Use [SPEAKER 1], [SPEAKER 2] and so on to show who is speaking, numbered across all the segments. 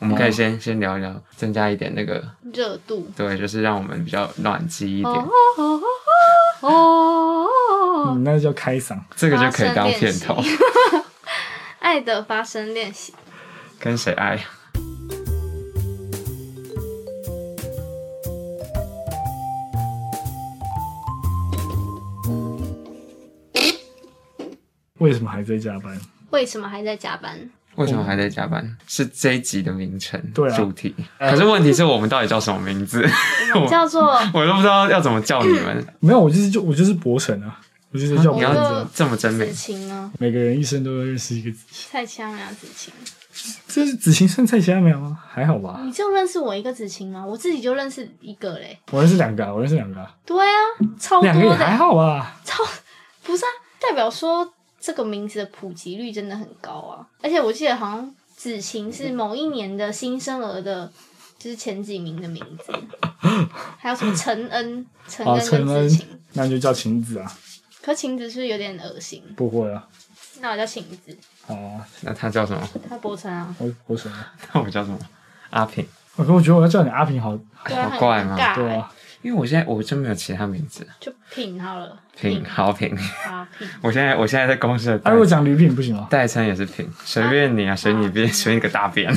[SPEAKER 1] 我
[SPEAKER 2] 嗯
[SPEAKER 1] 们可以先先聊一聊，增加一点那个，
[SPEAKER 2] 热度。
[SPEAKER 1] 对，就是让我们比较暖机一点，
[SPEAKER 2] 哦哦，
[SPEAKER 3] 嗯，那就开嗓。
[SPEAKER 1] 这个就可以当片头
[SPEAKER 2] 发。爱的发声练习。
[SPEAKER 1] 跟谁爱？
[SPEAKER 3] 为什么还在加班？
[SPEAKER 2] 为什么还在加班？
[SPEAKER 1] 为什么还在加班？是这一集的名称、
[SPEAKER 3] 对啊
[SPEAKER 1] 主题。
[SPEAKER 2] 哎
[SPEAKER 1] 可是问题是我们到底叫什么名字？ 我
[SPEAKER 2] 叫做
[SPEAKER 1] 我都不知道要怎么叫你们。
[SPEAKER 2] 嗯
[SPEAKER 3] 没有，我就是就我就是博成啊，我就是叫
[SPEAKER 1] 你
[SPEAKER 3] 博
[SPEAKER 2] 我
[SPEAKER 3] 成。
[SPEAKER 1] 要
[SPEAKER 2] 就
[SPEAKER 1] 这么真美
[SPEAKER 2] 子，晴啊，
[SPEAKER 3] 每个人一生都要认识一个子，
[SPEAKER 2] 太呛了，子晴。
[SPEAKER 3] 这是子晴算菜虾苗吗？还好吧，
[SPEAKER 2] 你就认识我一个子晴吗？我自己就认识一个嘞。
[SPEAKER 3] 我认识两个、啊，我认识两个、啊，
[SPEAKER 2] 对啊，超多
[SPEAKER 3] 两个也还
[SPEAKER 2] 的，
[SPEAKER 3] 好啊吧。
[SPEAKER 2] 超不是啊，代表说这个名字的普及率真的很高啊。而且我记得好像子晴是某一年的新生儿的，就是前几名的名字。还有什么陈恩，陈
[SPEAKER 3] 啊，
[SPEAKER 2] 恩
[SPEAKER 3] 陈
[SPEAKER 2] 跟
[SPEAKER 3] 恩
[SPEAKER 2] 子晴。，
[SPEAKER 3] 那就叫晴子啊，
[SPEAKER 2] 可晴子是不是有点恶心，
[SPEAKER 3] 不会啊。
[SPEAKER 2] 那我叫晴子，
[SPEAKER 3] 好啊，
[SPEAKER 1] 那他叫什么？
[SPEAKER 2] 她博成啊，
[SPEAKER 3] 我我什么？
[SPEAKER 1] 那我叫什么？阿平。哎
[SPEAKER 3] 我跟我觉得我要叫你阿平好，
[SPEAKER 2] 对啊，
[SPEAKER 1] 好
[SPEAKER 2] 很
[SPEAKER 1] 怪
[SPEAKER 2] 尴
[SPEAKER 1] 嘛
[SPEAKER 2] 尬、
[SPEAKER 3] 对
[SPEAKER 2] 欸，
[SPEAKER 3] 啊，
[SPEAKER 1] 因为我现在我真没有其他名字，
[SPEAKER 2] 就品好了，
[SPEAKER 1] 品好品。
[SPEAKER 2] 啊品，
[SPEAKER 1] 我现在我现在在公司的
[SPEAKER 3] 哎、
[SPEAKER 1] 代
[SPEAKER 3] 啊，我讲吕品不行吗？
[SPEAKER 1] 代称也是品，随便你啊，随你便，随你个大便。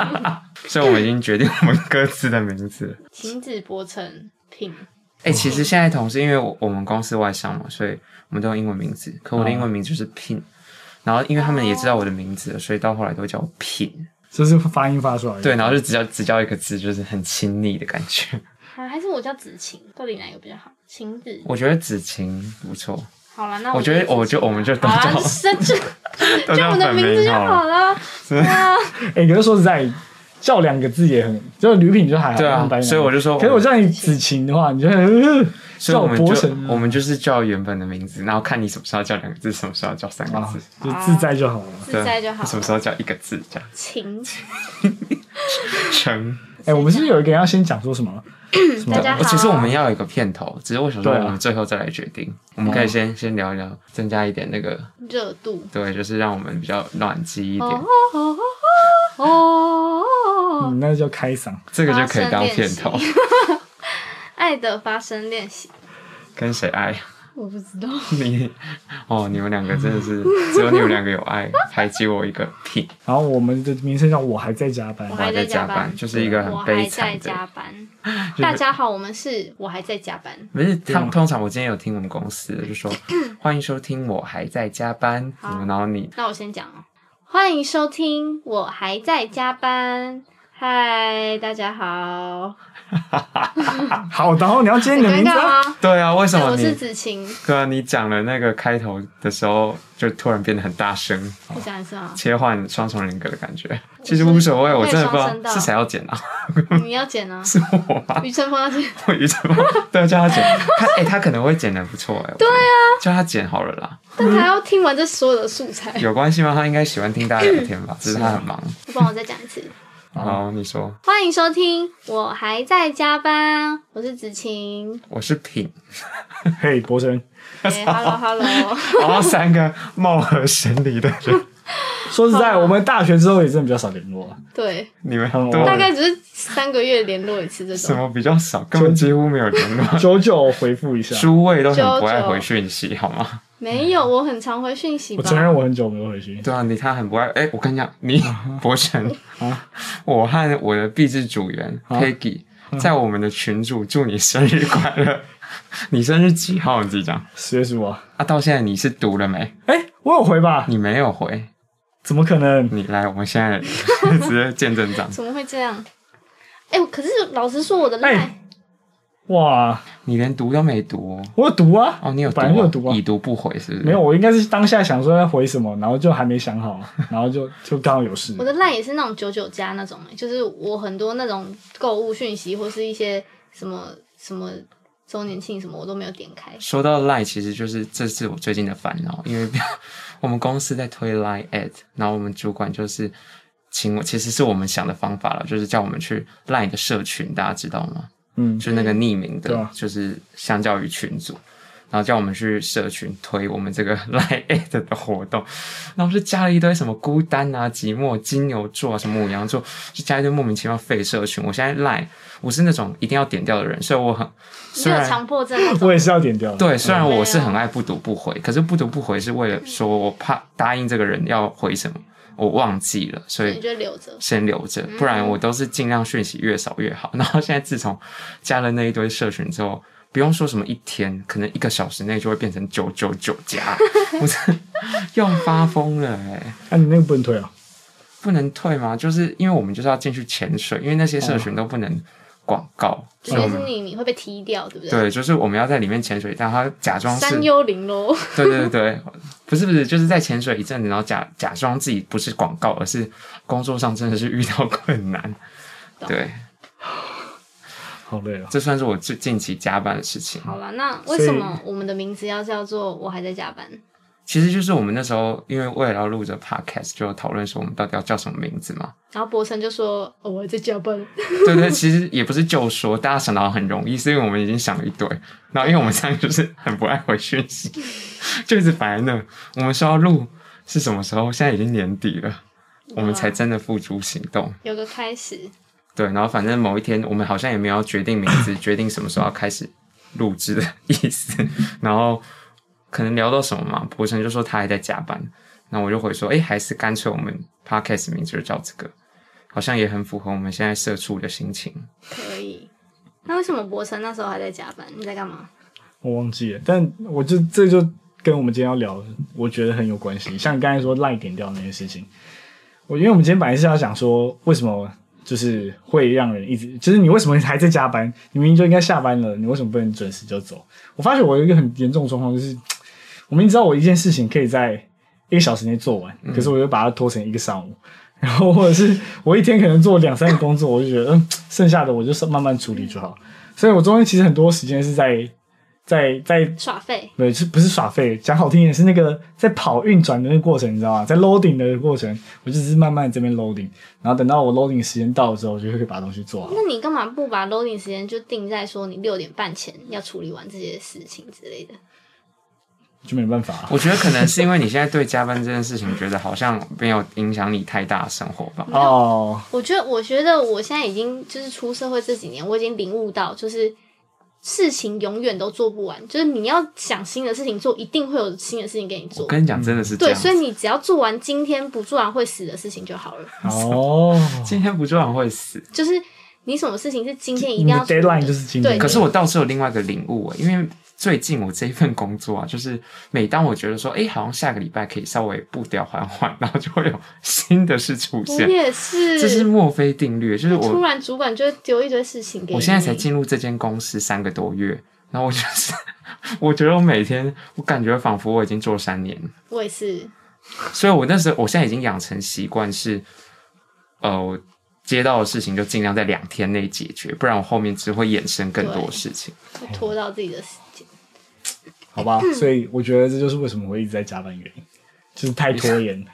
[SPEAKER 1] 所以我们已经决定我们各自的名字了。
[SPEAKER 2] 晴子博成品，
[SPEAKER 1] 哎、其实现在同事，因为我我们公司外商嘛，所以我们都用英文名字。可我的英文名就是 Pin，、然后因为他们也知道我的名字了，所以到后来都叫我 Pin。
[SPEAKER 3] 就是发音发出来。
[SPEAKER 1] 对，然后就只叫只叫一个字，就是很亲昵的感觉。
[SPEAKER 2] 啊还是我叫子晴，到底哪一个比较好？晴子，
[SPEAKER 1] 我觉得子晴不错，
[SPEAKER 2] 好了，那
[SPEAKER 1] 我觉得我就我们就都
[SPEAKER 2] 好
[SPEAKER 1] 叫
[SPEAKER 2] 了，生就
[SPEAKER 1] 都
[SPEAKER 2] 就我
[SPEAKER 1] 叫
[SPEAKER 2] 们的
[SPEAKER 1] 本
[SPEAKER 2] 名字
[SPEAKER 1] 名
[SPEAKER 2] 就
[SPEAKER 1] 好了。
[SPEAKER 2] 好了，对啊，
[SPEAKER 3] 哎、可是说实在，叫两个字也很，叫吕品就还好，
[SPEAKER 1] 对啊
[SPEAKER 3] 用白，
[SPEAKER 1] 所以我就说，
[SPEAKER 3] 可是我叫你子晴的话，你就会、呃、
[SPEAKER 1] 所以
[SPEAKER 3] 叫
[SPEAKER 1] 我们
[SPEAKER 3] 博
[SPEAKER 1] 就
[SPEAKER 3] 成啊，
[SPEAKER 1] 我们就是叫原本的名字，然后看你什么时候叫两个字，什么时候叫三个
[SPEAKER 3] 啊
[SPEAKER 1] 字，，
[SPEAKER 3] 就自在就好了。
[SPEAKER 2] 自
[SPEAKER 1] 对啊
[SPEAKER 2] 在就好
[SPEAKER 1] 什么时
[SPEAKER 2] 了。
[SPEAKER 1] 候叫一个字这样？
[SPEAKER 2] 晴，
[SPEAKER 1] 成。
[SPEAKER 3] 哎、我们是不是有一个人要先讲说什么？什
[SPEAKER 2] 大家
[SPEAKER 3] 么？
[SPEAKER 2] 好。
[SPEAKER 1] 呃其实我们要有一个片头，只是我想说
[SPEAKER 3] 对啊
[SPEAKER 1] 我们最后再来决定，我们可
[SPEAKER 2] 哦
[SPEAKER 1] 以先先聊一聊，增加一点那个，
[SPEAKER 2] 热度。
[SPEAKER 1] 对，就是让我们比较暖机一点，
[SPEAKER 2] 哦哦哦哦，
[SPEAKER 3] 嗯，那就叫开嗓。
[SPEAKER 1] 这个就可以当片头
[SPEAKER 2] 发。爱的发声练习，
[SPEAKER 1] 跟谁爱？
[SPEAKER 2] 我不知道。
[SPEAKER 1] 你哦，你们两个真的是只有你们两个有爱，排挤我一个屁！
[SPEAKER 3] 然后我们的名称叫我还在加班
[SPEAKER 2] 我
[SPEAKER 1] 我，
[SPEAKER 2] 还
[SPEAKER 1] 还
[SPEAKER 2] 在
[SPEAKER 1] 在
[SPEAKER 2] 加
[SPEAKER 1] 加
[SPEAKER 2] 班
[SPEAKER 1] 班，就是一个
[SPEAKER 2] 我
[SPEAKER 1] 很
[SPEAKER 2] 还
[SPEAKER 1] 悲
[SPEAKER 2] 在
[SPEAKER 1] 惨的。
[SPEAKER 2] 加班。大家好，我们是我还在加班。
[SPEAKER 1] 不是，他
[SPEAKER 3] 对啊
[SPEAKER 1] 通常我今天有听我们公司的，就 说欢迎收听，我还在加班。
[SPEAKER 2] 好
[SPEAKER 1] 然后你
[SPEAKER 2] 那我先讲哦，欢迎收听，我还在加班。嗨，大家好，
[SPEAKER 3] 好，然后你要接你的
[SPEAKER 2] 很
[SPEAKER 3] 名
[SPEAKER 2] 尴
[SPEAKER 3] 字、啊，
[SPEAKER 2] 尬吗？
[SPEAKER 1] 对啊，为什
[SPEAKER 2] 对，
[SPEAKER 1] 么
[SPEAKER 2] 我是
[SPEAKER 1] 你
[SPEAKER 2] 子晴，
[SPEAKER 1] 对啊？你讲了那个开头的时候，就突然变得很大声，，
[SPEAKER 2] 你讲一次啊
[SPEAKER 1] 切换双重人格的感觉。
[SPEAKER 2] 我
[SPEAKER 1] 其实无所谓，
[SPEAKER 2] 我
[SPEAKER 1] 我
[SPEAKER 2] 也
[SPEAKER 1] 真的不
[SPEAKER 2] 双声
[SPEAKER 1] 知
[SPEAKER 2] 道
[SPEAKER 1] 道是谁要剪啊，
[SPEAKER 2] 你要剪啊，
[SPEAKER 1] 是我吗？
[SPEAKER 2] 余承峰要剪，
[SPEAKER 1] 我一直忘 对啊，叫他剪，他哎、他可能会剪的不错哎、对啊，叫他剪好了啦，
[SPEAKER 2] 但他要听完这所有的素材，
[SPEAKER 1] 有关系吗？他应该喜欢听大家聊天吧，嗯只是啊他很忙。
[SPEAKER 2] 不帮我再讲一次。
[SPEAKER 1] 然后你说
[SPEAKER 2] 欢迎收听，我还在加班，我是子晴。
[SPEAKER 1] 我是品，
[SPEAKER 3] 嘿，博成，
[SPEAKER 2] 哎，hello hello，
[SPEAKER 1] 然后哦三个貌合神离的人，
[SPEAKER 3] 说实在，我们大学之后也真的比较少联络啊了。
[SPEAKER 2] 对，
[SPEAKER 1] 你们
[SPEAKER 3] 很
[SPEAKER 1] 都
[SPEAKER 3] 偶
[SPEAKER 2] 大
[SPEAKER 3] 尔
[SPEAKER 2] 概只是三个月联络一次这
[SPEAKER 1] 什
[SPEAKER 2] 种。
[SPEAKER 1] 么比较少，根本几乎没有联 络。
[SPEAKER 3] 久久回复一下，
[SPEAKER 1] 诸位都很不爱回讯息，好吗？
[SPEAKER 2] 没有，我很常回讯息
[SPEAKER 3] 我
[SPEAKER 2] 吧。
[SPEAKER 3] 承认我很久没有回去。
[SPEAKER 1] 对啊，你他很不爱。哎、我跟你讲，你博成
[SPEAKER 3] 啊，
[SPEAKER 1] 我和我的必志组员 Peggy
[SPEAKER 3] 啊
[SPEAKER 1] 在我们的群组祝你生日快 乐。你生日几号？你自己讲。
[SPEAKER 3] 十月十五啊，
[SPEAKER 1] 啊，到现在你是读了没？
[SPEAKER 3] 哎、我有回吧？
[SPEAKER 1] 你没有回，
[SPEAKER 3] 怎么可能？
[SPEAKER 1] 你来，我们现 在直接见证长。
[SPEAKER 2] 怎么会这样？哎、可是老实说，我的赖、
[SPEAKER 3] 哎哇，
[SPEAKER 1] 你连读都没读哦，
[SPEAKER 3] 我有读啊，
[SPEAKER 1] 哦你有读、
[SPEAKER 3] 本来就有读啊
[SPEAKER 1] 已读不回是不是？
[SPEAKER 3] 没有，，我应该是当下想说要回什么，然后就还没想好，啊然后就就刚好有事
[SPEAKER 2] 我。的赖也是那种九九加那种、欸，就是我很多那种购物讯息或是一些什么什么周年庆什么，我都没有点开。
[SPEAKER 1] 说到 Line，其实就是这是我最近的烦恼，因为 我们公司在推 Line ad，然后我们主管就是请我，其实是我们想的方法了，就是叫我们去 Line 的社群，大家知道吗？
[SPEAKER 3] 嗯
[SPEAKER 1] 就是那个匿名的，
[SPEAKER 3] 对啊
[SPEAKER 1] 就是相较于群组，然后叫我们去社群推我们这个 Line at 的活动，然后就加了一堆什么孤单啊、寂寞、金牛座啊、什么母羊座，就加一堆莫名其妙废社群。我现在 Line 我是那种一定要点掉的人，所以我很
[SPEAKER 2] 你
[SPEAKER 1] 虽
[SPEAKER 2] 有
[SPEAKER 1] 然
[SPEAKER 2] 强迫症那种
[SPEAKER 3] 我也是要点掉。哎
[SPEAKER 1] 对，虽然
[SPEAKER 2] 没
[SPEAKER 1] 我
[SPEAKER 2] 有
[SPEAKER 1] 是很爱不读不回，可是不读不回是为了说我怕答应这个人要回什么，我忘记了，所
[SPEAKER 2] 你
[SPEAKER 1] 以
[SPEAKER 2] 就留着。
[SPEAKER 1] 先留着，不然我都是尽量讯息越少越好。 然后现在自从加了那一堆社群之后，不用说什么一天，可能一个小时内就会变成九九九加，我真的要发疯了哎、
[SPEAKER 3] 那、你那个不能退啊？
[SPEAKER 1] 不能退吗？就是因为我们就是要进去潜水，因为那些社群都不能广告，
[SPEAKER 2] 就
[SPEAKER 1] 所以我
[SPEAKER 2] 是
[SPEAKER 1] 们
[SPEAKER 2] 你你会被踢掉，对不对？
[SPEAKER 1] 对，就是我们要在里面潜水，但他假装是
[SPEAKER 2] 三幽灵喽，
[SPEAKER 1] 对对对对，不是不是，就是在潜水一阵子，然后假假装自己不是广告，而是工作上真的是遇到困难。
[SPEAKER 2] 懂
[SPEAKER 1] 对，
[SPEAKER 3] 好累啊！
[SPEAKER 1] 这算是我最近期加班的事情。
[SPEAKER 2] 好了，那为什么我们的名字要叫做“我还在加班
[SPEAKER 1] 其实就是我们那时候因为为了要录这 podcast，就讨论说我们到底要叫什么名字嘛。”？
[SPEAKER 2] 然后博成就说：“哦、我还在加班。
[SPEAKER 1] 对对，其实也不是就说大家想到很容易，是因为我们已经想了一堆，然后因为我们三个就是很不爱回讯息，就一直摆在那。我们说要录是什么时候？现在已经年底了，我们
[SPEAKER 2] 啊
[SPEAKER 1] 才真的付诸行动。”
[SPEAKER 2] 有个开始，
[SPEAKER 1] 对，然后反正某一天我们好像也没有决定名 字，决定什么时候要开始录制的意思。然后可能聊到什么嘛，博成就说他还在加班，那我就回说，哎，还是干脆我们 podcast 名字就叫这个，好像也很符合我们现在社畜的心情。
[SPEAKER 2] 可以。那为什么博成那时候还在加班？你在干嘛？
[SPEAKER 3] 我忘记了，但我就这就跟我们今天要聊的，我觉得很有关系。像你刚才说赖点掉那件事情，我因为我们今天本来是要想说，为什么就是会让人一直，就是你为什么还在加班？你明明就应该下班了，你为什么不能准时就走？我发现我有一个很严重的状况，就是我明明知道我一件事情可以在一个小时内做完，可是我就把它拖成一个上午。然后或者是我一天可能做两三个工作，我就觉得嗯，剩下的我就是慢慢处理就好。所以我中间其实很多时间是在在在
[SPEAKER 2] 耍废。
[SPEAKER 3] 没有，是不是耍废？讲好听一点，是那个在跑运转的那个过程，你知道吗？在 loading 的过程，我就只是慢慢这边 loading，然后等到我 loading 时间到了之后，我就会把东西做好。
[SPEAKER 2] 那你干嘛不把 loading 时间就定在说你六点半前要处理完这些事情之类的？
[SPEAKER 3] 就没办法、啊。
[SPEAKER 1] 我觉得可能是因为你现在对加班这件事情觉得好像没有影响你太大的生活 吧。
[SPEAKER 3] 哦，
[SPEAKER 2] 我觉得，我觉得我现在已经就是出社会这几年，我已经领悟到，就是事情永远都做不完，就是你要想新的事情做，一定会有新的事情给你
[SPEAKER 1] 我
[SPEAKER 2] 做。
[SPEAKER 1] 跟你讲，真的是这
[SPEAKER 2] 对，
[SPEAKER 1] 样。
[SPEAKER 2] 所以你只要做完今天不做完会死的事情就好了。
[SPEAKER 3] 哦，
[SPEAKER 1] 今天不做完会死。
[SPEAKER 2] 就是你什么事情是今天一
[SPEAKER 3] 你
[SPEAKER 2] 定
[SPEAKER 3] 的
[SPEAKER 2] 要做
[SPEAKER 3] deadline 就是今天
[SPEAKER 2] 对，
[SPEAKER 1] 可是我倒是有另外一个领悟、欸，因为最近我这一份工作啊，就是每当我觉得说，哎、好像下个礼拜可以稍微步调缓缓，然后就会有新的事出
[SPEAKER 2] 我
[SPEAKER 1] 现。
[SPEAKER 2] 也 是，
[SPEAKER 1] 这是墨菲定律，就是我
[SPEAKER 2] 突然主管就会丢一堆事情给你。
[SPEAKER 1] 我现在才进入这间公司三个多月，然后我就是 我觉得我每天我感觉仿佛我已经做三年了，
[SPEAKER 2] 我也是，
[SPEAKER 1] 所以我那时候我现在已经养成习惯是，呃，我接到的事情就尽量在两天内解决，不然我后面只会衍生更多
[SPEAKER 2] 对
[SPEAKER 1] 事情。
[SPEAKER 2] 会拖到自己的时间。
[SPEAKER 3] 好吧，所以我觉得这就是为什么我会一直在加班原因，就是太拖延。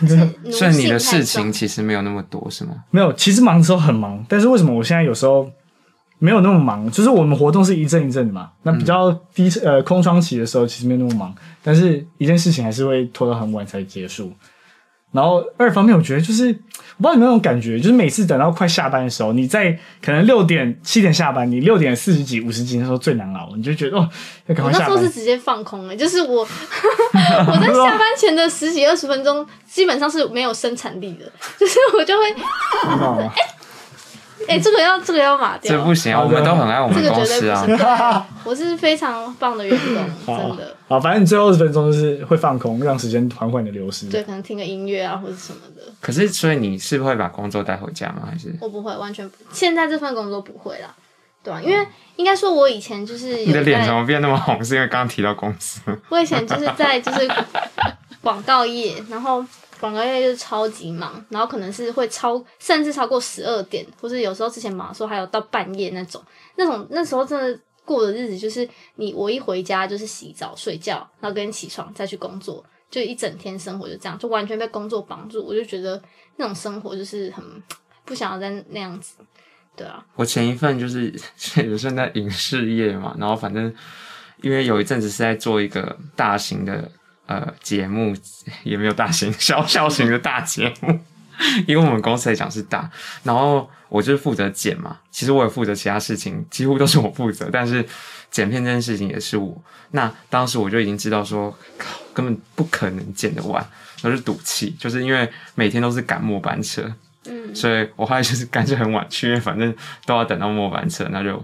[SPEAKER 3] 真的
[SPEAKER 2] 奴
[SPEAKER 1] 所以嗯你的
[SPEAKER 2] 性太
[SPEAKER 1] 事
[SPEAKER 2] 重
[SPEAKER 1] 情其实没有那么多，是吗？
[SPEAKER 3] 没有，其实忙的时候很忙，但是为什么我现在有时候没有那么忙？就是我们活动是一阵一阵的嘛，那比较
[SPEAKER 2] 嗯
[SPEAKER 3] 低、呃空窗期的时候，其实没有那么忙，但是一件事情还是会拖到很晚才结束。然后二方面，我觉得就是我不知道你有没有那种感觉，就是每次等到快下班的时候，你在可能六点七点下班，你六点四十几、五十几的时候最难熬，你就觉得哦，要赶
[SPEAKER 2] 我那
[SPEAKER 3] 快下
[SPEAKER 2] 时候
[SPEAKER 3] 班
[SPEAKER 2] 是。直接放空了，就是 我我在下班前的十几二十分钟，基本上是没有生产力的，就是我就会，
[SPEAKER 3] 你知道吗
[SPEAKER 2] 哎、这个要这个要码
[SPEAKER 1] 这
[SPEAKER 2] 掉，
[SPEAKER 1] 不行啊，
[SPEAKER 3] 好
[SPEAKER 1] 我
[SPEAKER 3] 的
[SPEAKER 1] 们都很爱我
[SPEAKER 2] 这
[SPEAKER 1] 们
[SPEAKER 2] 个
[SPEAKER 1] 公
[SPEAKER 2] 绝对不
[SPEAKER 1] 司啊
[SPEAKER 2] 行。。对 我是非常棒的员工，真的。
[SPEAKER 3] 好，反正你最后二十分钟就是会放空，让时间缓缓的流失。
[SPEAKER 2] 对，可能听个音乐啊，或者什么的。
[SPEAKER 1] 可是，所以你是会把工作带回家吗？还是
[SPEAKER 2] 我不会，完全不。现在这份工作不会啦，对啊，因为应该说，我以前就是
[SPEAKER 1] 你的
[SPEAKER 2] 有
[SPEAKER 1] 脸怎
[SPEAKER 2] 在，
[SPEAKER 1] 么变那么红？是因为刚刚提到公司？
[SPEAKER 2] 我以前就是在就是广告业，然后广告业就是超级忙，然后可能是会超甚至超过十二点，或是有时候之前忙的时候还有到半夜那种，那种那时候真的。过的日子就是你我一回家就是洗澡睡觉，然后跟起床再去工作，就一整天生活就这样，就完全被工作绑住。我就觉得那种生活就是很不想要再那样子，对啊。
[SPEAKER 1] 我前一份就是也是在影视业嘛，然后反正因为有一阵子是在做一个大型的呃节目，也没有大型，小小型的大节目。因为我们公司来讲是大，然后我就是负责剪嘛，其实我也负责其他事情，几乎都是我负责，但是剪片这件事情也是我。那当时我就已经知道说，靠根本不可能剪得完，我就赌气，就是因为每天都是赶末班车，
[SPEAKER 2] 嗯，
[SPEAKER 1] 所以我后来就是干脆很晚去，因为反正都要等到末班车，那就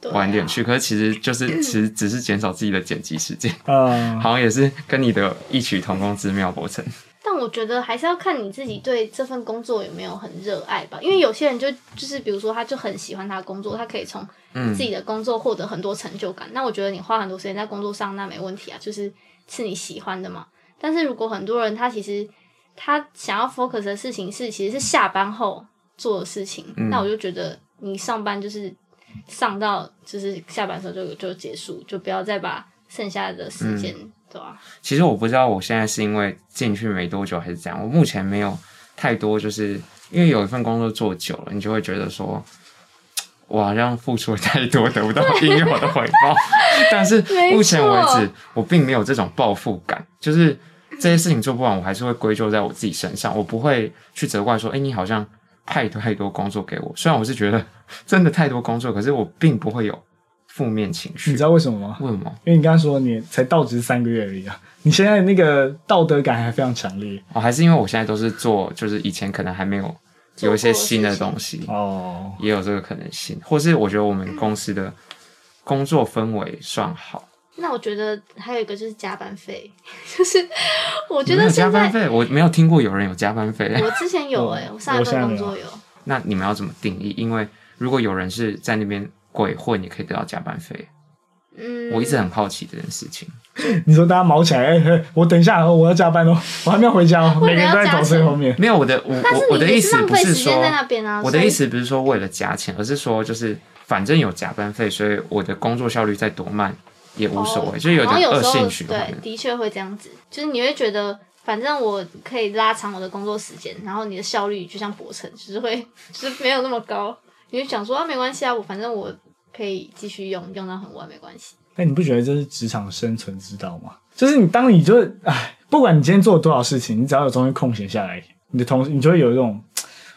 [SPEAKER 2] 对啊
[SPEAKER 1] 晚点去。可是其实就是其实只是减少自己的剪辑时间，
[SPEAKER 3] 呃，
[SPEAKER 1] 好像也是跟你的异曲同工之妙，伯承。
[SPEAKER 2] 但我觉得还是要看你自己对这份工作有没有很热爱吧，因为有些人就就是比如说他就很喜欢他的工作，他可以从
[SPEAKER 1] 嗯
[SPEAKER 2] 自己的工作获得很多成就感。那我觉得你花很多时间在工作上，那没问题啊，就是是你喜欢的嘛。但是如果很多人他其实他想要 focus 的事情是其实是下班后做的事情，
[SPEAKER 1] 嗯
[SPEAKER 2] 那我就觉得你上班就是上到就是下班的时候就就结束，就不要再把剩下的时间、
[SPEAKER 1] 嗯
[SPEAKER 2] 对啊吧、
[SPEAKER 1] 其实我不知道我现在是因为进去没多久还是怎样，我目前没有太多，就是因为有一份工作做久了，你就会觉得说，我好像付出了太多，得不到应有的回报。 但是
[SPEAKER 2] 没
[SPEAKER 1] 目前为
[SPEAKER 2] 错
[SPEAKER 1] 止，我并没有这种报复感，就是这些事情做不完，我还是会归咎在我自己身上，我不会去责怪说，哎、你好像派太多工作给我。虽然我是觉得真的太多工作，可是我并不会有负面情
[SPEAKER 3] 你
[SPEAKER 1] 绪
[SPEAKER 3] 知。道为什么吗？
[SPEAKER 1] 为什么？
[SPEAKER 3] 因为你刚刚说你才到职三个月而已啊，你现在那个道德感还非常强烈
[SPEAKER 1] 哦，还是因为我现在都是做，就是以前可能还没有有一些新的东西，
[SPEAKER 3] 哦。
[SPEAKER 1] 也有这个可能性，或是我觉得我们公司的工作氛围算好。
[SPEAKER 2] 那我觉得还有一个就是加班费， 就是我觉
[SPEAKER 1] 你们有
[SPEAKER 2] 得
[SPEAKER 1] 加
[SPEAKER 2] 现
[SPEAKER 1] 班
[SPEAKER 2] 在
[SPEAKER 1] 费，我没有听过有人有加班费。
[SPEAKER 2] 我之前有哎、
[SPEAKER 3] 我
[SPEAKER 2] 我上一份工作有，
[SPEAKER 1] 那你们要怎么定义？因为如果有人是在那边鬼混，也可以得到加班费。
[SPEAKER 2] 嗯，
[SPEAKER 1] 我一直很好奇这件事情。
[SPEAKER 3] 你说大家毛起来，哎、哎我等一下，我要加班哦，我还没有回家哦，
[SPEAKER 2] 或者
[SPEAKER 3] 每个人都在走最后面。
[SPEAKER 1] 没有我的，我
[SPEAKER 2] 但是
[SPEAKER 1] 我我的
[SPEAKER 2] 你也
[SPEAKER 1] 意
[SPEAKER 2] 是
[SPEAKER 1] 思
[SPEAKER 2] 浪
[SPEAKER 1] 不
[SPEAKER 2] 费
[SPEAKER 1] 是
[SPEAKER 2] 时
[SPEAKER 1] 说
[SPEAKER 2] 间在那边啊。
[SPEAKER 1] 我的
[SPEAKER 2] 所以
[SPEAKER 1] 意，思不是说为了加钱，而是说就是反正有加班费，所以我的工作效率再多慢也无所谓，
[SPEAKER 2] 哦
[SPEAKER 1] 就是有
[SPEAKER 2] 然后
[SPEAKER 1] 点恶
[SPEAKER 2] 时候
[SPEAKER 1] 性循环
[SPEAKER 2] 对，。的确会这样子，就是你会觉得反正我可以拉长我的工作时间，然后你的效率就像博成，就是会就是没有那么高，你就想说啊没关系啊，我反正我可以继续用，用到很晚没关系。
[SPEAKER 3] 哎，你不觉得这是职场生存之道吗？就是你当你就是哎，不管你今天做了多少事情，你只要有中间空闲下来，你的同你就会有一种，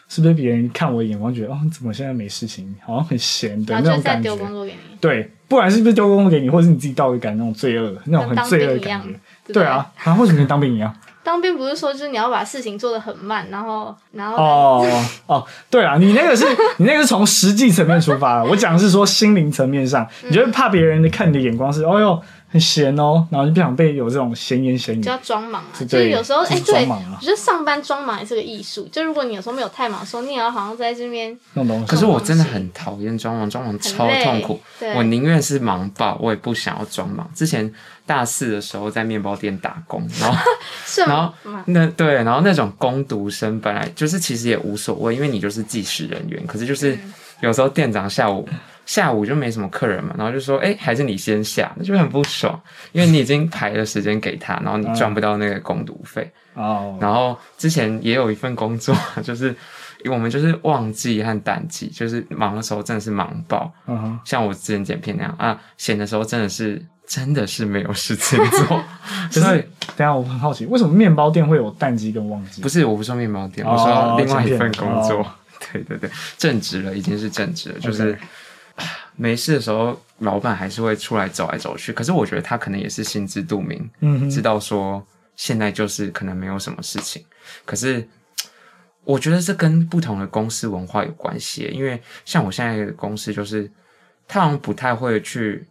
[SPEAKER 3] 是不是别人看我的眼光觉得哦，怎么现在没事情，好像很闲的
[SPEAKER 2] 然后
[SPEAKER 3] 那
[SPEAKER 2] 就是
[SPEAKER 3] 种
[SPEAKER 2] 再
[SPEAKER 3] 感觉
[SPEAKER 2] 丢。工作给你，
[SPEAKER 3] 对，不管是不是丢工作给你，或是你自己道德感那种罪恶，那种
[SPEAKER 2] 跟
[SPEAKER 3] 很
[SPEAKER 2] 当
[SPEAKER 3] 罪恶
[SPEAKER 2] 兵
[SPEAKER 3] 的
[SPEAKER 2] 一样
[SPEAKER 3] 感觉。，
[SPEAKER 2] 不
[SPEAKER 3] 对啊，然后为什么跟当兵一样？
[SPEAKER 2] 当兵不是说就是你要把事情做得很慢，然后然后、
[SPEAKER 3] 哦哦，对啊，你那个是 你那个是从实际层面出发的，我讲的是说心灵层面上，你就会怕别人的看你的眼光是，哦哟，很闲哦，然后就不想被有这种闲言闲语
[SPEAKER 2] 就。要装忙啊，
[SPEAKER 3] 是
[SPEAKER 2] 就是有时候
[SPEAKER 3] 对
[SPEAKER 2] 哎、
[SPEAKER 3] 就是装
[SPEAKER 2] 对，
[SPEAKER 3] 忙啊
[SPEAKER 2] 我觉得上班装忙也是个艺术。就如果你有时候没有太忙的时候，你也要好像在这边
[SPEAKER 3] 那种东西。
[SPEAKER 1] 可是我真的很讨厌装忙，装忙
[SPEAKER 2] 很
[SPEAKER 1] 超
[SPEAKER 2] 累
[SPEAKER 1] 痛苦。
[SPEAKER 2] 对
[SPEAKER 1] 我宁愿是忙爆，我也不想要装忙。之前大四的时候在面包店打工， 然后
[SPEAKER 2] 顺
[SPEAKER 1] 然后
[SPEAKER 2] 嘛，
[SPEAKER 1] 那对，然后那种工读生本来就是其实也无所谓，因为你就是计时人员。可是就是
[SPEAKER 2] 嗯
[SPEAKER 1] 有时候店长下午下午就没什么客人嘛，然后就说哎、还是你先下，那就很不爽，因为你已经排了时间给他，然后你赚不到那个工读费。
[SPEAKER 3] 哦，
[SPEAKER 1] 然后之前也有一份工作， 就是我们就是旺季和淡季，就是忙的时候真的是忙爆，
[SPEAKER 3] 嗯哼，
[SPEAKER 1] 像我之前剪片那样啊，闲的时候真的是真的是没有事情 做，
[SPEAKER 3] 就
[SPEAKER 1] 所以
[SPEAKER 3] 是等一下我很好奇，为什么面包店会有淡季跟旺季？
[SPEAKER 1] 不
[SPEAKER 3] 是
[SPEAKER 1] 是，我不说面包店，
[SPEAKER 3] 哦
[SPEAKER 1] 我说另外一份工
[SPEAKER 3] 剪
[SPEAKER 1] 作。
[SPEAKER 3] 片哦
[SPEAKER 1] 对对对，正职了，已经是正职了，就是唉没事的时候，老板还是会出来走来走去。可是我觉得他可能也是心知肚明，
[SPEAKER 3] 嗯
[SPEAKER 1] 知
[SPEAKER 3] 哼，
[SPEAKER 1] 道说现在就是可能没有什么事情。可是我觉得这跟不同的公司文化有关系，因为像我现在的公司就是，他好像不太会去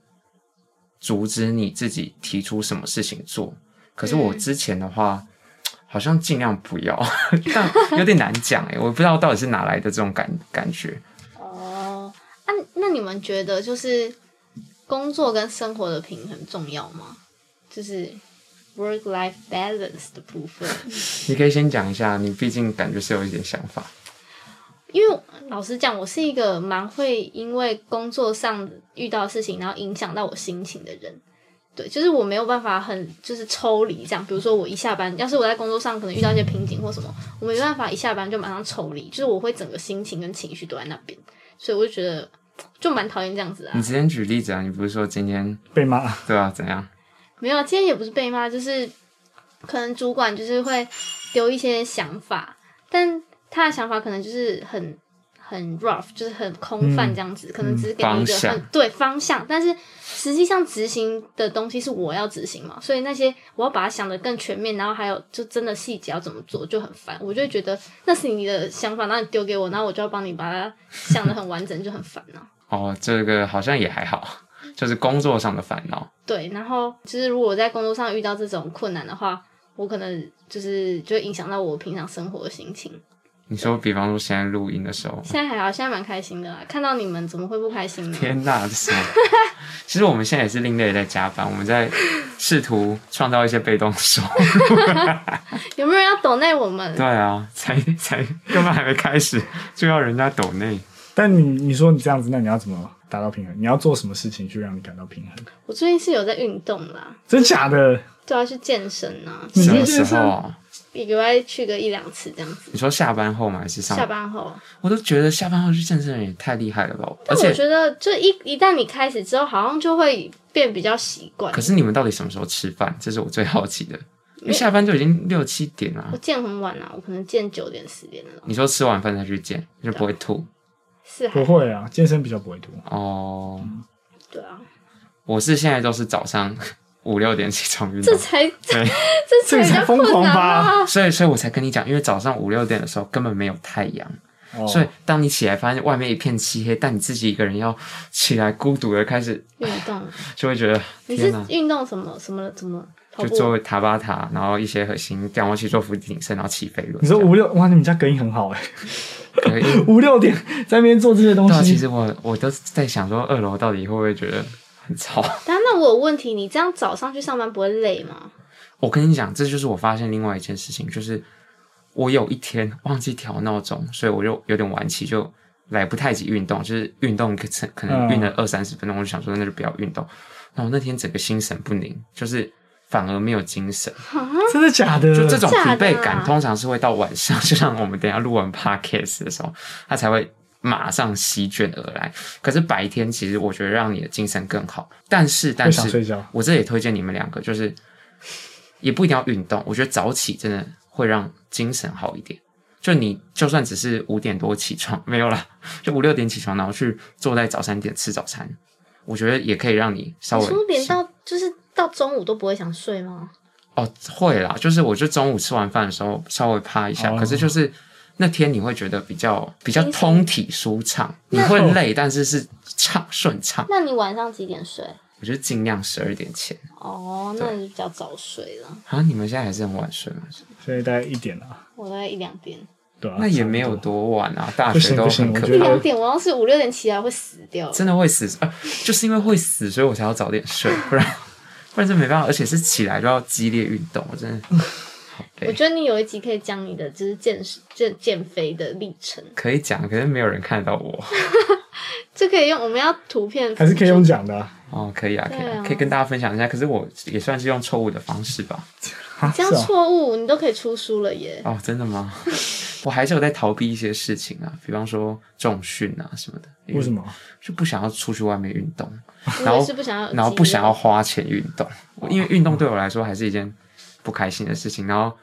[SPEAKER 1] 阻止你自己提出什么事情做。可是我
[SPEAKER 2] 嗯
[SPEAKER 1] 之前的话，好像尽量不要， 但有点难讲诶、我不知道到底是哪来的这种感感觉。
[SPEAKER 2] 哦，啊，那你们觉得就是工作跟生活的平衡重要吗？就是 work life balance 的部分。
[SPEAKER 1] 你可以先讲一下，你毕竟感觉是有一点想法。
[SPEAKER 2] 因为老实讲，我是一个蛮会因为工作上遇到的事情，然后影响到我心情的人。对，就是我没有办法很就是抽离这样。比如说我一下班，要是我在工作上可能遇到一些瓶颈或什么，我没办法一下班就马上抽离，就是我会整个心情跟情绪都在那边。所以我就觉得就蛮讨厌这样子的、啊
[SPEAKER 1] 你。之前举例子啊，你不是说今天
[SPEAKER 3] 被骂，
[SPEAKER 1] 对啊怎样？
[SPEAKER 2] 没有，今天也不是被骂，就是可能主管就是会丢一些想法，但他的想法可能就是很很 rough，就是很空泛这样子，可能只是给你一个
[SPEAKER 1] 嗯方向
[SPEAKER 2] 很对方向，但是实际上执行的东西是我要执行嘛，所以那些我要把它想的更全面，然后还有就真的细节要怎么做就很烦，我就会觉得那是你的想法，那你丢给我，然后我就要帮你把它想的很完整，就很烦啊。
[SPEAKER 1] 哦，这个好像也还好，就是工作上的烦恼。
[SPEAKER 2] 对，然后就是如果我在工作上遇到这种困难的话，我可能就是就会影响到我平常生活的心情。
[SPEAKER 1] 你说，比方说现在录音的时候，
[SPEAKER 2] 现在还好，现在蛮开心的啦。看到你们怎么会不开心呢？
[SPEAKER 1] 天呐，这是什么？ 其实我们现在也是另类在加班，我们在试图创造一些被动收 入。
[SPEAKER 2] 有没有人要抖内我们？
[SPEAKER 1] 对啊，才才根本还没开始，就要人家抖内。
[SPEAKER 3] 但你你说你这样子，那你要怎么达到平衡？你要做什么事情去让你感到平衡？
[SPEAKER 2] 我最近是有在运动啦，
[SPEAKER 3] 真假的？
[SPEAKER 2] 就要去健身啊，
[SPEAKER 3] 你
[SPEAKER 1] 什
[SPEAKER 3] 去
[SPEAKER 1] 么
[SPEAKER 3] 健
[SPEAKER 1] 时
[SPEAKER 3] 身
[SPEAKER 1] 候啊？
[SPEAKER 2] 一个礼拜去个一两次这样子。
[SPEAKER 1] 你说下班后吗？还是上？
[SPEAKER 2] 下班后，
[SPEAKER 1] 我都觉得下班后去健身的人也太厉害了吧！而
[SPEAKER 2] 但我
[SPEAKER 1] 且，
[SPEAKER 2] 觉得就一一旦你开始之后，好像就会变比较习惯
[SPEAKER 1] 可。是你们到底什么时候吃饭？这是我最好奇的。因为下班就已经六七点了、
[SPEAKER 2] 我健很晚啊，我可能健九点十点那种，
[SPEAKER 1] 你说吃完饭再去健，就不会吐
[SPEAKER 2] 是还
[SPEAKER 3] 不会啊，健身比较不会吐。
[SPEAKER 1] 哦。
[SPEAKER 2] 对啊，
[SPEAKER 1] 我是现在都是早上 五六点起床运动
[SPEAKER 2] 这，才
[SPEAKER 1] 对，
[SPEAKER 2] 这
[SPEAKER 3] 这
[SPEAKER 2] 才比
[SPEAKER 3] 个才
[SPEAKER 2] 较
[SPEAKER 3] 疯
[SPEAKER 2] 困
[SPEAKER 3] 狂
[SPEAKER 2] 难
[SPEAKER 3] 吧
[SPEAKER 2] 啊。
[SPEAKER 1] 所以所以我才跟你讲，因为早上五六点的时候根本没有太阳，
[SPEAKER 3] 哦，
[SPEAKER 1] 所以当你起来发现外面一片漆黑，但你自己一个人要起来孤独的开始，
[SPEAKER 2] 运动，
[SPEAKER 1] 就会觉得
[SPEAKER 2] 你
[SPEAKER 1] 天
[SPEAKER 2] 是
[SPEAKER 1] 哪、
[SPEAKER 2] 运动什么什么怎么跑
[SPEAKER 1] 就
[SPEAKER 2] 步？啊
[SPEAKER 1] 做塔巴塔，然后一些核心仰卧起坐、腹肌挺身，然后起飞轮。
[SPEAKER 3] 你说
[SPEAKER 1] 这样
[SPEAKER 3] 五六哇，你们家隔音很好哎、
[SPEAKER 1] 可以？
[SPEAKER 3] 五六点在那边做这些东
[SPEAKER 1] 对啊，其
[SPEAKER 3] 西，
[SPEAKER 1] 实我我都在想说，二楼到底会不会觉得很吵？
[SPEAKER 2] 但那我有问题，你这样早上去上班不会累吗？
[SPEAKER 1] 我跟你讲，这就是我发现另外一件事情，就是我有一天忘记调闹钟，所以我就有点晚起，就来不太及运动，就是运动可能可能
[SPEAKER 3] 嗯
[SPEAKER 1] 运了二三十分钟，我就想说那就不要运动。那我那天整个心神不宁，就是反而没有精神，
[SPEAKER 3] 真的假的？
[SPEAKER 1] 就这种疲惫
[SPEAKER 2] 假的啊
[SPEAKER 1] 感，通常是会到晚上，就像我们等一下录完 podcast 的时候，它才会马上席卷而来。可是白天其实我觉得让你的精神更好，但是但
[SPEAKER 3] 会想睡
[SPEAKER 1] 是，
[SPEAKER 3] 觉。
[SPEAKER 1] 我这也推荐你们两个，就是也不一定要运动，我觉得早起真的会让精神好一点。就你就算只是五点多起床，没有啦， 就五六点起床，然后去坐在早餐店吃早餐，我觉得也可以让你稍
[SPEAKER 2] 你
[SPEAKER 1] 微
[SPEAKER 2] 说连到就是到中午都不会想睡吗？
[SPEAKER 1] 哦，会啦，就是我就中午吃完饭的时候稍微趴一下，
[SPEAKER 3] 哦
[SPEAKER 1] 可是就是那天你会觉得比较比较
[SPEAKER 2] 精神
[SPEAKER 1] 通体舒畅，你会累，但是是畅顺畅。
[SPEAKER 2] 那你晚上几点睡？
[SPEAKER 1] 我就尽量十二点前
[SPEAKER 2] 哦，那你就比较早睡了。
[SPEAKER 1] 啊，你们现在还是很晚睡吗？
[SPEAKER 3] 现在大概一点了、啊，
[SPEAKER 2] 我大概一两点，
[SPEAKER 3] 对啊，
[SPEAKER 1] 那也
[SPEAKER 3] 差不
[SPEAKER 1] 没有
[SPEAKER 3] 多
[SPEAKER 1] 多晚啊，大
[SPEAKER 3] 不行
[SPEAKER 1] 学都
[SPEAKER 3] 不行
[SPEAKER 1] 很
[SPEAKER 3] 我
[SPEAKER 1] 可
[SPEAKER 3] 觉
[SPEAKER 2] 一
[SPEAKER 3] 得
[SPEAKER 1] 怕，
[SPEAKER 2] 两点，我要是五六点起来会死掉。
[SPEAKER 1] 真的会死啊！就是因为会死，所以我才要早点睡， 不然不然真没办法，而且是起来就要激烈运动，我真的好
[SPEAKER 2] 我
[SPEAKER 1] 累。
[SPEAKER 2] 觉得你有一集可以讲你的就是健健减肥的历程，
[SPEAKER 1] 可以讲，可是没有人看得到我。
[SPEAKER 2] 这可以用我们要图片，
[SPEAKER 3] 还是可以用。讲的啊、
[SPEAKER 1] 哦，可以啊，可以
[SPEAKER 2] 对啊
[SPEAKER 1] 啊，可以跟大家分享一下。可是我也算是用错误的方式吧。
[SPEAKER 3] 啊
[SPEAKER 2] 这样
[SPEAKER 3] 是啊
[SPEAKER 2] 错误你都可以出书了耶。
[SPEAKER 1] 哦，真的吗？我还是有在逃避一些事情啊，比方说重训啊什么的。
[SPEAKER 3] 为什？么？
[SPEAKER 1] 就不想要出去外面运动，啊然
[SPEAKER 2] 我也
[SPEAKER 1] 后
[SPEAKER 2] 是不想要有肌肉，
[SPEAKER 1] 然后不想要花钱运动，因为运动对我来说还是一件不开心的事情。然后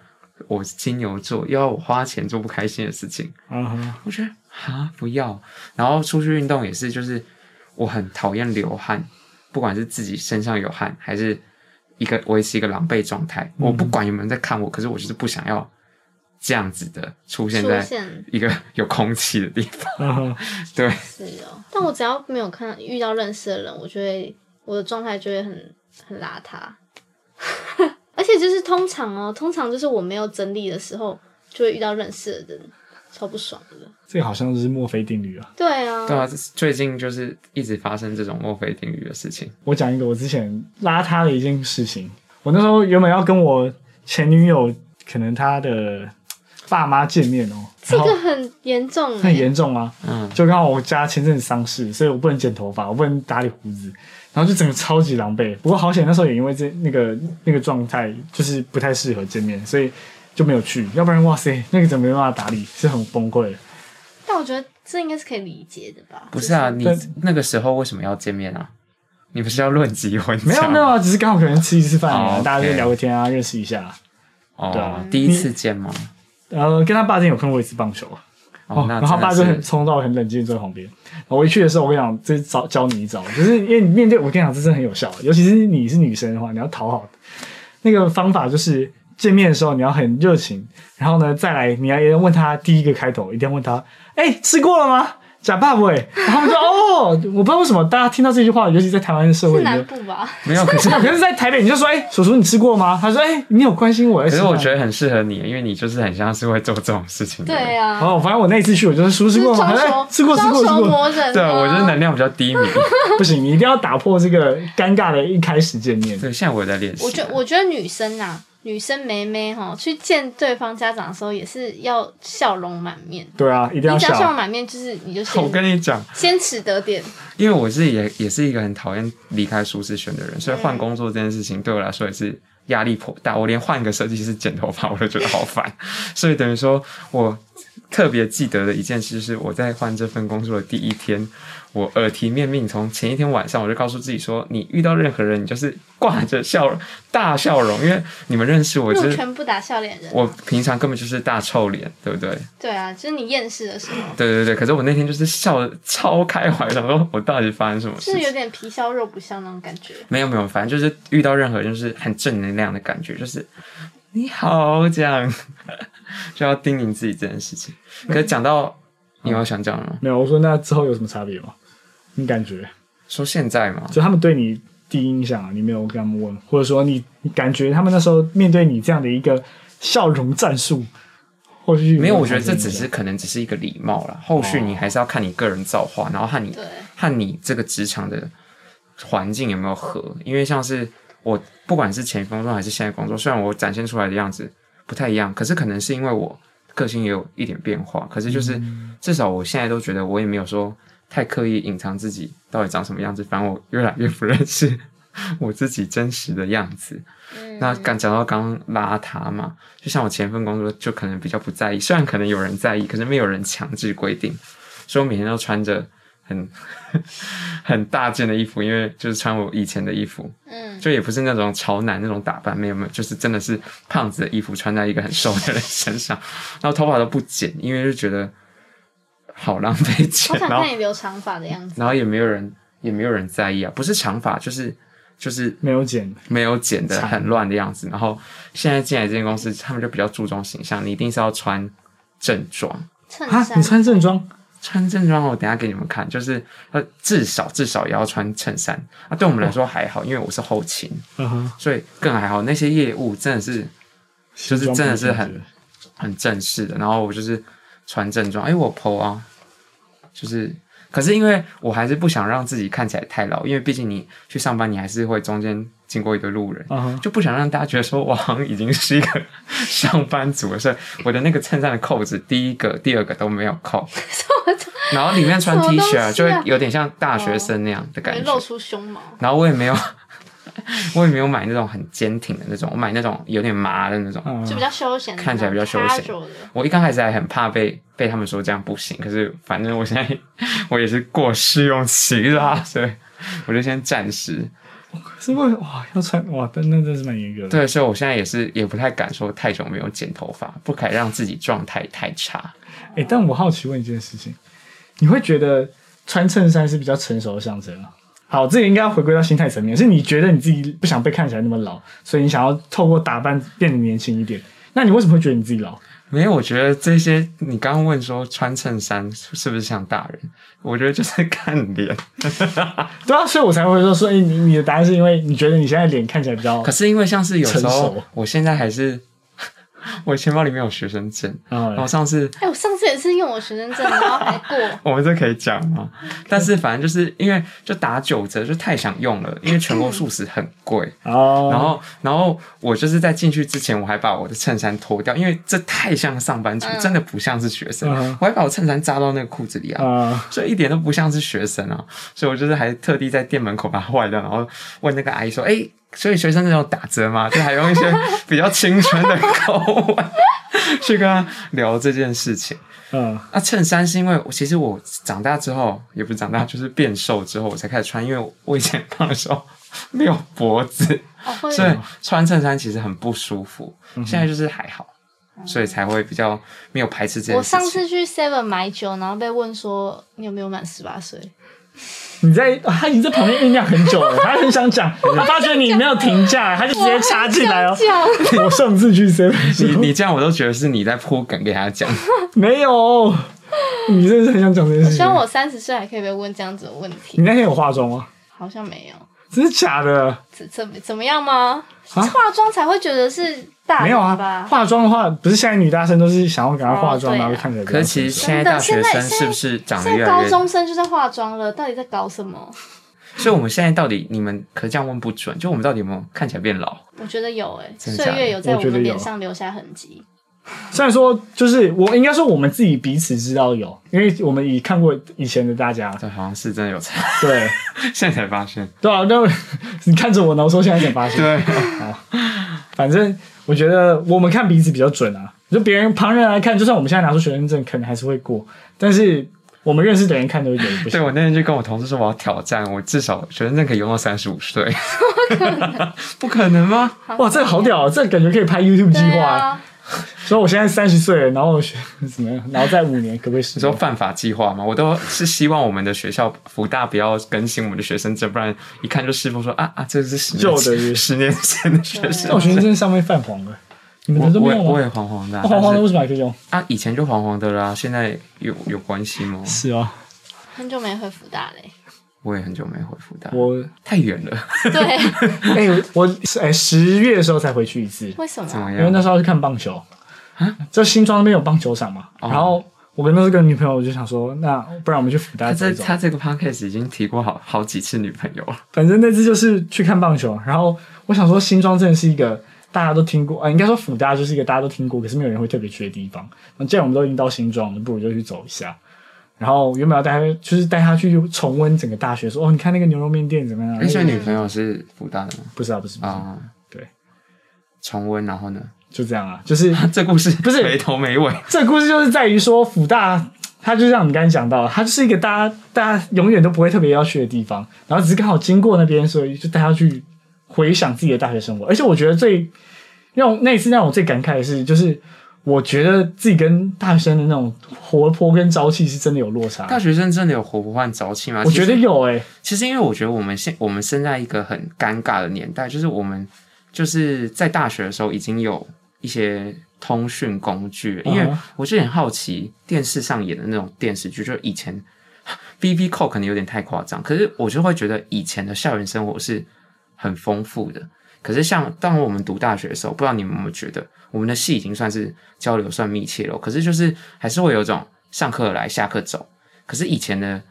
[SPEAKER 1] 我是金牛座，又要我花钱做不开心的事情，
[SPEAKER 3] 啊哈，
[SPEAKER 1] 我觉得啊不要。然后出去运动也是，就是我很讨厌流汗，不管是自己身上有汗，还是一个维持一个狼狈状态，我不管有没有人在看我，可是我就是不想要这样子的出现
[SPEAKER 2] 出
[SPEAKER 1] 在
[SPEAKER 2] 现。
[SPEAKER 1] 一个 有空气的地方。
[SPEAKER 3] 啊哈，
[SPEAKER 1] 对，
[SPEAKER 2] 是哦，但我只要没有看遇到认识的人，我就会我的状态就会很很邋遢， 而且就是通常哦，通常就是我没有整理的时候，就会遇到认识的人，超不爽的。
[SPEAKER 3] 这个好像是墨菲定律啊。
[SPEAKER 2] 对啊，
[SPEAKER 1] 对啊，这是最近就是一直发生这种墨菲定律的事情。
[SPEAKER 3] 我讲一个我之前邋遢的一件事情。我那时候原本要跟我前女友，可能她的爸妈见面哦，
[SPEAKER 2] 这
[SPEAKER 3] 然后
[SPEAKER 2] 个很严重、欸，
[SPEAKER 3] 很严重啊。
[SPEAKER 1] 嗯，
[SPEAKER 3] 就刚好我家前阵子丧事，所以我不能剪头发，我不能打理胡子，然后就整个超级狼狈。不过好险那时候也因为这那个那个状态，就是不太适合见面， 所以就没有去。要不然哇塞，那个怎么没办法打理，是很崩溃的。
[SPEAKER 2] 但我觉得这应该是可以理解的吧？
[SPEAKER 1] 不是啊，
[SPEAKER 2] 就
[SPEAKER 1] 你
[SPEAKER 3] 但
[SPEAKER 1] 那个时候为什么要见面啊？你不是要论及婚嫁
[SPEAKER 3] 没有没有，啊，只是刚好可能吃一次饭
[SPEAKER 1] 哦
[SPEAKER 3] 啊，
[SPEAKER 1] ，OK
[SPEAKER 3] 大家就聊个天啊，认识一下。对
[SPEAKER 1] 哦
[SPEAKER 3] 啊，
[SPEAKER 1] 第一次见吗？
[SPEAKER 3] 然后跟他爸之前有碰过一次棒球，
[SPEAKER 1] 哦，那
[SPEAKER 3] 然后他爸就
[SPEAKER 1] 真的
[SPEAKER 3] 很
[SPEAKER 1] 是
[SPEAKER 3] 冲到很冷静坐在旁边。我一去的时候，我跟你讲，这招教你一招，就是因为你面对我跟你讲，这是很有效的，啊尤其是你是女生的话，你要讨好那个方法就是见面的时候你要很热情，然后呢再来你要问他第一个开头，一定要问他，哎、吃过了吗？假爸爸、欸，然后他们就哦，我不知道为什么大家听到这句话，尤其在台湾的社
[SPEAKER 2] 是
[SPEAKER 3] 会里
[SPEAKER 2] 南
[SPEAKER 3] 面，
[SPEAKER 2] 部吧？
[SPEAKER 1] 没有， 可是
[SPEAKER 3] 是啊，可是，在台北你就说，哎、叔叔你吃过吗？他说，哎、你有关心我？可
[SPEAKER 1] 可是我觉
[SPEAKER 3] 得。
[SPEAKER 1] 得很适合你，因为你就是很像是会做这种事情的人。
[SPEAKER 2] 对啊，
[SPEAKER 3] 然后反正我那一次去，我就是叔叔吃过
[SPEAKER 2] 就
[SPEAKER 3] 吗？
[SPEAKER 2] 装
[SPEAKER 3] 他说哎
[SPEAKER 2] 熟，
[SPEAKER 3] 吃过吃过吃
[SPEAKER 2] 装熟
[SPEAKER 3] 过，
[SPEAKER 2] 魔人啊。
[SPEAKER 1] 对啊，我觉得能量比较低迷。
[SPEAKER 2] 嗯
[SPEAKER 3] 不行，你一定要打破这个尴尬的一开始见面。
[SPEAKER 1] 对，现在我的脸是，
[SPEAKER 2] 我觉我觉得女生啊，女生妹妹哈，去见对方家长的时候也是要笑容满面。
[SPEAKER 3] 对啊，一定要
[SPEAKER 2] 你只要笑
[SPEAKER 3] 笑
[SPEAKER 2] 容。满面，就是你就
[SPEAKER 1] 我跟
[SPEAKER 2] 先
[SPEAKER 1] 你讲，
[SPEAKER 2] 先耻得点。
[SPEAKER 1] 因为我自己也也是一个很讨厌离开舒适圈的人，所以换工作这件事情对我来说也是压力颇大。我连换个设计师剪头发我都觉得好烦， 所以等于说我特别记得的一件事是，我在换这份工作的第一天，我耳提面命，从前一天晚上我就告诉自己说，你遇到任何人，你就是挂着笑容，大笑容，因为你们认识我，就
[SPEAKER 2] 路
[SPEAKER 1] 是
[SPEAKER 2] 全不打笑脸人啊、
[SPEAKER 1] 我平常根本就是大臭脸，对不对？
[SPEAKER 2] 对啊，就是你厌世的时候，
[SPEAKER 1] 对对对，可是我那天就是笑 的超开怀，想说我到底发生什么
[SPEAKER 2] 就
[SPEAKER 1] 事
[SPEAKER 2] 是
[SPEAKER 1] 情？
[SPEAKER 2] 有点皮笑肉不笑那种感觉。
[SPEAKER 1] 没有没有，反正就是遇到任何人就是很正能量的感觉，就是你好这样， 就要叮咛自己这件事情。可是讲到你有想讲吗？
[SPEAKER 3] 没有，我说那之后有什么差别吗？你感觉
[SPEAKER 1] 说现在嘛，
[SPEAKER 3] 就他们对你第一印象啊，你没有跟他们问，或者说你你感觉他们那时候面对你这样的一个笑容战术，或许
[SPEAKER 1] 没有，我觉得哦这只是可能只是一个礼貌啦，后续你还是要看你个人造化，然后和你
[SPEAKER 2] 对，
[SPEAKER 1] 和你这个职场的环境有没有合。因为像是我，不管是前工作还是现在工作，虽然我展现出来的样子不太一样，可是可能是因为我个性也有一点变化。可是就是至少我现在都觉得我也没有说太刻意隐藏自己到底长什么样子，反正我越来越不认识我自己真实的样子。
[SPEAKER 2] 嗯，
[SPEAKER 1] 那刚讲到刚刚邋遢嘛，就像我前份工作就可能比较不在意，虽然可能有人在意，可是没有人强制规定，所以我每天都穿着很 很大件的衣服，因为就是穿我以前的衣服，
[SPEAKER 2] 嗯，
[SPEAKER 1] 就也不是那种潮男那种打扮，没有没有，就是真的是胖子的衣服穿在一个很瘦的人身上， 然后头发都不剪，因为就觉得好浪费
[SPEAKER 2] 好
[SPEAKER 1] 钱，
[SPEAKER 2] 想
[SPEAKER 1] 然后
[SPEAKER 2] 看你留长发的样子。
[SPEAKER 1] 然后也没有人也没有人在意啊，不是长发就是。就是
[SPEAKER 3] 没有剪，
[SPEAKER 1] 没有剪的
[SPEAKER 3] 长
[SPEAKER 1] 很乱的样子。然后现在进来这间公司，他们就比较注重形象，你一定是要穿正装。
[SPEAKER 2] 衬
[SPEAKER 3] 啊，
[SPEAKER 2] 衫
[SPEAKER 3] 你，穿正装，
[SPEAKER 1] 穿正装，我等一下给你们看，就是呃，至少至少也要穿衬衫啊。对我们来说还好，因为我是后勤，
[SPEAKER 3] 嗯哼，
[SPEAKER 1] 所以更还好。那些业务真的是就是
[SPEAKER 3] 西装
[SPEAKER 1] 真的是
[SPEAKER 3] 不
[SPEAKER 1] 很
[SPEAKER 3] 感觉
[SPEAKER 1] 很正式的，然后我就是穿正装，哎、我 PO 啊，就是，可是因为我还是不想让自己看起来太老，因为毕竟你去上班，你还是会中间经过一堆路人，
[SPEAKER 3] 嗯哼
[SPEAKER 1] 就不想让大家觉得说我好像已经是一个 上班族了，所以我的那个衬衫的扣子，第一个、第二个都没有 扣，然后里面穿
[SPEAKER 2] 什么
[SPEAKER 1] T
[SPEAKER 2] 东西
[SPEAKER 1] 恤、
[SPEAKER 2] 啊
[SPEAKER 1] 就会有点像大学生那样的感
[SPEAKER 2] 没
[SPEAKER 1] 觉嗯
[SPEAKER 2] 露，出胸毛，
[SPEAKER 1] 然后我也没有。 我也没有买那种很坚挺的那种，我买那种有点麻的那种，
[SPEAKER 3] 嗯
[SPEAKER 2] 就比较休闲的那种，
[SPEAKER 1] 看起来比较休闲
[SPEAKER 2] casual 的。
[SPEAKER 1] 我一刚开始还很怕被被他们说这样不行，可是反正我现在 我也是过试用期啦，所以我就先暂时
[SPEAKER 3] 啊是为哇要穿哇，但那真是蛮严格的。
[SPEAKER 1] 对，所以我现在也是也不太敢说太久没有剪头发，不敢让自己状态太差。
[SPEAKER 3] 哎、但我好奇问一件事情，你会觉得穿衬衫是比较成熟的象征吗？好，这个应该要回归到心态层面，是你觉得你自己不想被看起来那么老，所以你想要透过打扮变得年轻一点。那你为什么会觉得你自己老？
[SPEAKER 1] 没有，我觉得这些你刚刚问说穿衬衫是不是像大人，我觉得就是看脸。
[SPEAKER 3] 对啊，所以我才会说，所以你你的答案是因为你觉得你现在脸看起来比较
[SPEAKER 1] 可是因为像是有时
[SPEAKER 3] 成
[SPEAKER 1] 候
[SPEAKER 3] 熟，
[SPEAKER 1] 我现在还是 我钱包里面有学生证，然后
[SPEAKER 3] 啊，
[SPEAKER 1] 上次。
[SPEAKER 2] 哎、我上次也是用我学生证，然后还过
[SPEAKER 1] 我们这可以讲吗？但是反正就是因为就打九折，就太想用了，因为全国素食很贵。
[SPEAKER 3] 哦，
[SPEAKER 1] 然后，然后我就是在进去之前，我还把我的衬衫脱掉，因为这太像上班族，
[SPEAKER 2] 嗯
[SPEAKER 1] 真的不像是学生。
[SPEAKER 3] 嗯
[SPEAKER 1] 我还把我衬衫扎到那个裤子里啊，
[SPEAKER 3] 啊、
[SPEAKER 1] 所以一点都不像是学生啊。所以我就是还特地在店门口把它坏掉，然后问那个阿姨说：“哎、所以学生那种打折吗？”就还用一些比较青春的口吻。去跟他聊这件事情。
[SPEAKER 3] 嗯，
[SPEAKER 1] 那衬衫是因为我其实我长大之后，也不是长大，就是变瘦之后我才开始穿，因为我我以前胖的时候没有脖子，
[SPEAKER 2] 哦，会
[SPEAKER 1] 所以穿衬衫其实很不舒服。现在就是还好，所以才会比较没有排斥这件
[SPEAKER 2] 嗯我
[SPEAKER 1] 事
[SPEAKER 2] 上
[SPEAKER 1] 情。
[SPEAKER 2] 次去 Seven 买酒，然后被问说你有没有满十八岁？
[SPEAKER 3] 你在啊他已经在旁边酝酿很久了，他很想讲，他发觉你没有停下，他就直接插进来哦。
[SPEAKER 2] 讲
[SPEAKER 3] 我上次去 seven，
[SPEAKER 1] 你你这样我都觉得是你在铺梗给他讲，
[SPEAKER 3] 没有，你真的是很想讲这件事
[SPEAKER 2] 希
[SPEAKER 3] 情
[SPEAKER 2] 望。我三十岁还可以被问这样子的问题
[SPEAKER 3] 你，那天有化妆吗？
[SPEAKER 2] 好像没有。
[SPEAKER 3] 真的假的？
[SPEAKER 2] 怎怎怎么样吗？化妆才会觉得是大
[SPEAKER 3] 啊没
[SPEAKER 2] 人
[SPEAKER 3] 有啊，
[SPEAKER 2] 吧？
[SPEAKER 3] 化妆的话，不是现在女大生都是想要赶快化妆，
[SPEAKER 2] 哦对啊
[SPEAKER 3] 然后就看起来比较
[SPEAKER 1] 可是其实
[SPEAKER 3] 成
[SPEAKER 1] 现
[SPEAKER 3] 熟
[SPEAKER 1] 在大学生是不是长得
[SPEAKER 2] 现
[SPEAKER 1] 越
[SPEAKER 2] 在
[SPEAKER 1] 来
[SPEAKER 2] 高
[SPEAKER 1] 越？
[SPEAKER 2] 中生就在化妆了，到底在搞什么？
[SPEAKER 1] 所以我们现在到底你们可是这样问不准，就我们到底有没有看起来变老？
[SPEAKER 2] 我觉得有诶、
[SPEAKER 1] 真的
[SPEAKER 2] 岁
[SPEAKER 1] 假的
[SPEAKER 2] 月有在
[SPEAKER 3] 我
[SPEAKER 2] 我
[SPEAKER 3] 觉得
[SPEAKER 2] 们脸
[SPEAKER 3] 有
[SPEAKER 2] 上留下痕迹。
[SPEAKER 3] 虽然说就是我应该说我们自己彼此知道有，因为我们已看过以前的大 家，
[SPEAKER 1] 对，好像是真的有差，
[SPEAKER 3] 对
[SPEAKER 1] 现在才发现。
[SPEAKER 3] 对啊，那你看着我呢，我说现在才发现，
[SPEAKER 1] 对，
[SPEAKER 3] 反正我觉得我们看彼此比较准啊，就别人旁人来看，就算我们现在拿出学生证，可能还是会过，但是我们认识的人看都有点不
[SPEAKER 1] 对
[SPEAKER 3] 行。
[SPEAKER 1] 我那天就跟我同事说，我要挑战，我至少学生证可以用到三十五岁。 不可能吗？
[SPEAKER 3] 哇，这个好屌、哦，这个感觉可以拍 YouTube 计
[SPEAKER 2] 对
[SPEAKER 3] 划、
[SPEAKER 2] 啊，
[SPEAKER 3] 所以我现在三十岁了，然后我学怎么样，然后再五年可不可以
[SPEAKER 1] 你
[SPEAKER 3] 十
[SPEAKER 1] 说
[SPEAKER 3] 年？
[SPEAKER 1] 犯法计划吗？我都是希望我们的学校福大不要更新我们的学生证，不然一看就师傅说啊啊，这是十年
[SPEAKER 3] 旧的
[SPEAKER 1] 前十年前的学
[SPEAKER 3] 那我
[SPEAKER 1] 生
[SPEAKER 2] 嗯
[SPEAKER 3] 学生
[SPEAKER 1] 证。
[SPEAKER 3] 证上面泛黄了， 你们
[SPEAKER 1] 我
[SPEAKER 3] 的都
[SPEAKER 1] 我
[SPEAKER 3] 没
[SPEAKER 1] 也
[SPEAKER 3] 有
[SPEAKER 1] 我
[SPEAKER 3] 吗？
[SPEAKER 1] 也黄黄的啊、
[SPEAKER 3] 那黄黄的
[SPEAKER 1] 但
[SPEAKER 3] 为
[SPEAKER 1] 是
[SPEAKER 3] 什么还可以用？
[SPEAKER 1] 啊，以前就黄黄的啦、现在有有关系吗？
[SPEAKER 3] 是啊，
[SPEAKER 2] 很久没回复大 嘞、
[SPEAKER 1] 我也很久没回福大，
[SPEAKER 3] 我
[SPEAKER 1] 太远了，
[SPEAKER 2] 对，
[SPEAKER 3] 哎、 我哎十、月的时候才回去一次，
[SPEAKER 2] 为什
[SPEAKER 1] 怎
[SPEAKER 2] 么？
[SPEAKER 1] 么
[SPEAKER 3] 因为
[SPEAKER 1] 样啊
[SPEAKER 3] 那？时候要去看棒球，就新庄那边有棒球场嘛。
[SPEAKER 1] 哦
[SPEAKER 3] 然后我跟那时候跟女朋友，我就想说，那不然我们去福大
[SPEAKER 1] 他
[SPEAKER 3] 走
[SPEAKER 1] 这
[SPEAKER 3] 一走。
[SPEAKER 1] 他这个 podcast 已经提过好好几次女朋友了，
[SPEAKER 3] 反正那次就是去看棒球，然后我想说新庄真的是一个大家都听过，呃，应该说福大就是一个大家都听过，可是没有人会特别去的地方。那既然我们都已经到新庄了，不如就去走一下。然后原本要带他，就是带他去重温整个大学，说哦，你看那个牛肉面店怎么样？
[SPEAKER 1] 哎，所以
[SPEAKER 3] 哎
[SPEAKER 1] 女朋友是福大的吗？
[SPEAKER 3] 不是啊，不是，不是，
[SPEAKER 1] 啊、
[SPEAKER 3] 对，
[SPEAKER 1] 重温，然后呢？
[SPEAKER 3] 就这样啊，就是
[SPEAKER 1] 这故事
[SPEAKER 3] 不是
[SPEAKER 1] 没头没尾，啊
[SPEAKER 3] 这个故事就是在于说，福大，它就像我们刚才讲到，它就是一个大家大家永远都不会特别要去的地方，然后只是刚好经过那边，所以就带他去回想自己的大学生活。而且我觉得最让我那一次让我最感慨的是，就是我觉得自己跟大学生的那种活泼跟朝气是真的有落差。
[SPEAKER 1] 大学生真的有活不换朝气吗？
[SPEAKER 3] 我觉得
[SPEAKER 1] 其实，
[SPEAKER 3] 有诶、欸
[SPEAKER 1] 其实因为我觉得我们现我们生在一个很尴尬的年代，就是我们就是在大学的时候已经有一些通讯工具了，因为
[SPEAKER 3] 嗯哼
[SPEAKER 1] 我就很好奇电视上演的那种电视剧，就是以前 B B 扣可能有点太夸张，可是我就会觉得以前的校园生活是很丰富的。可是像当我们读大学的时候，不知道你们有没有觉得，我们的系已经算是交流算密切了，可是就是还是会有一种上课来下课走。可是以前的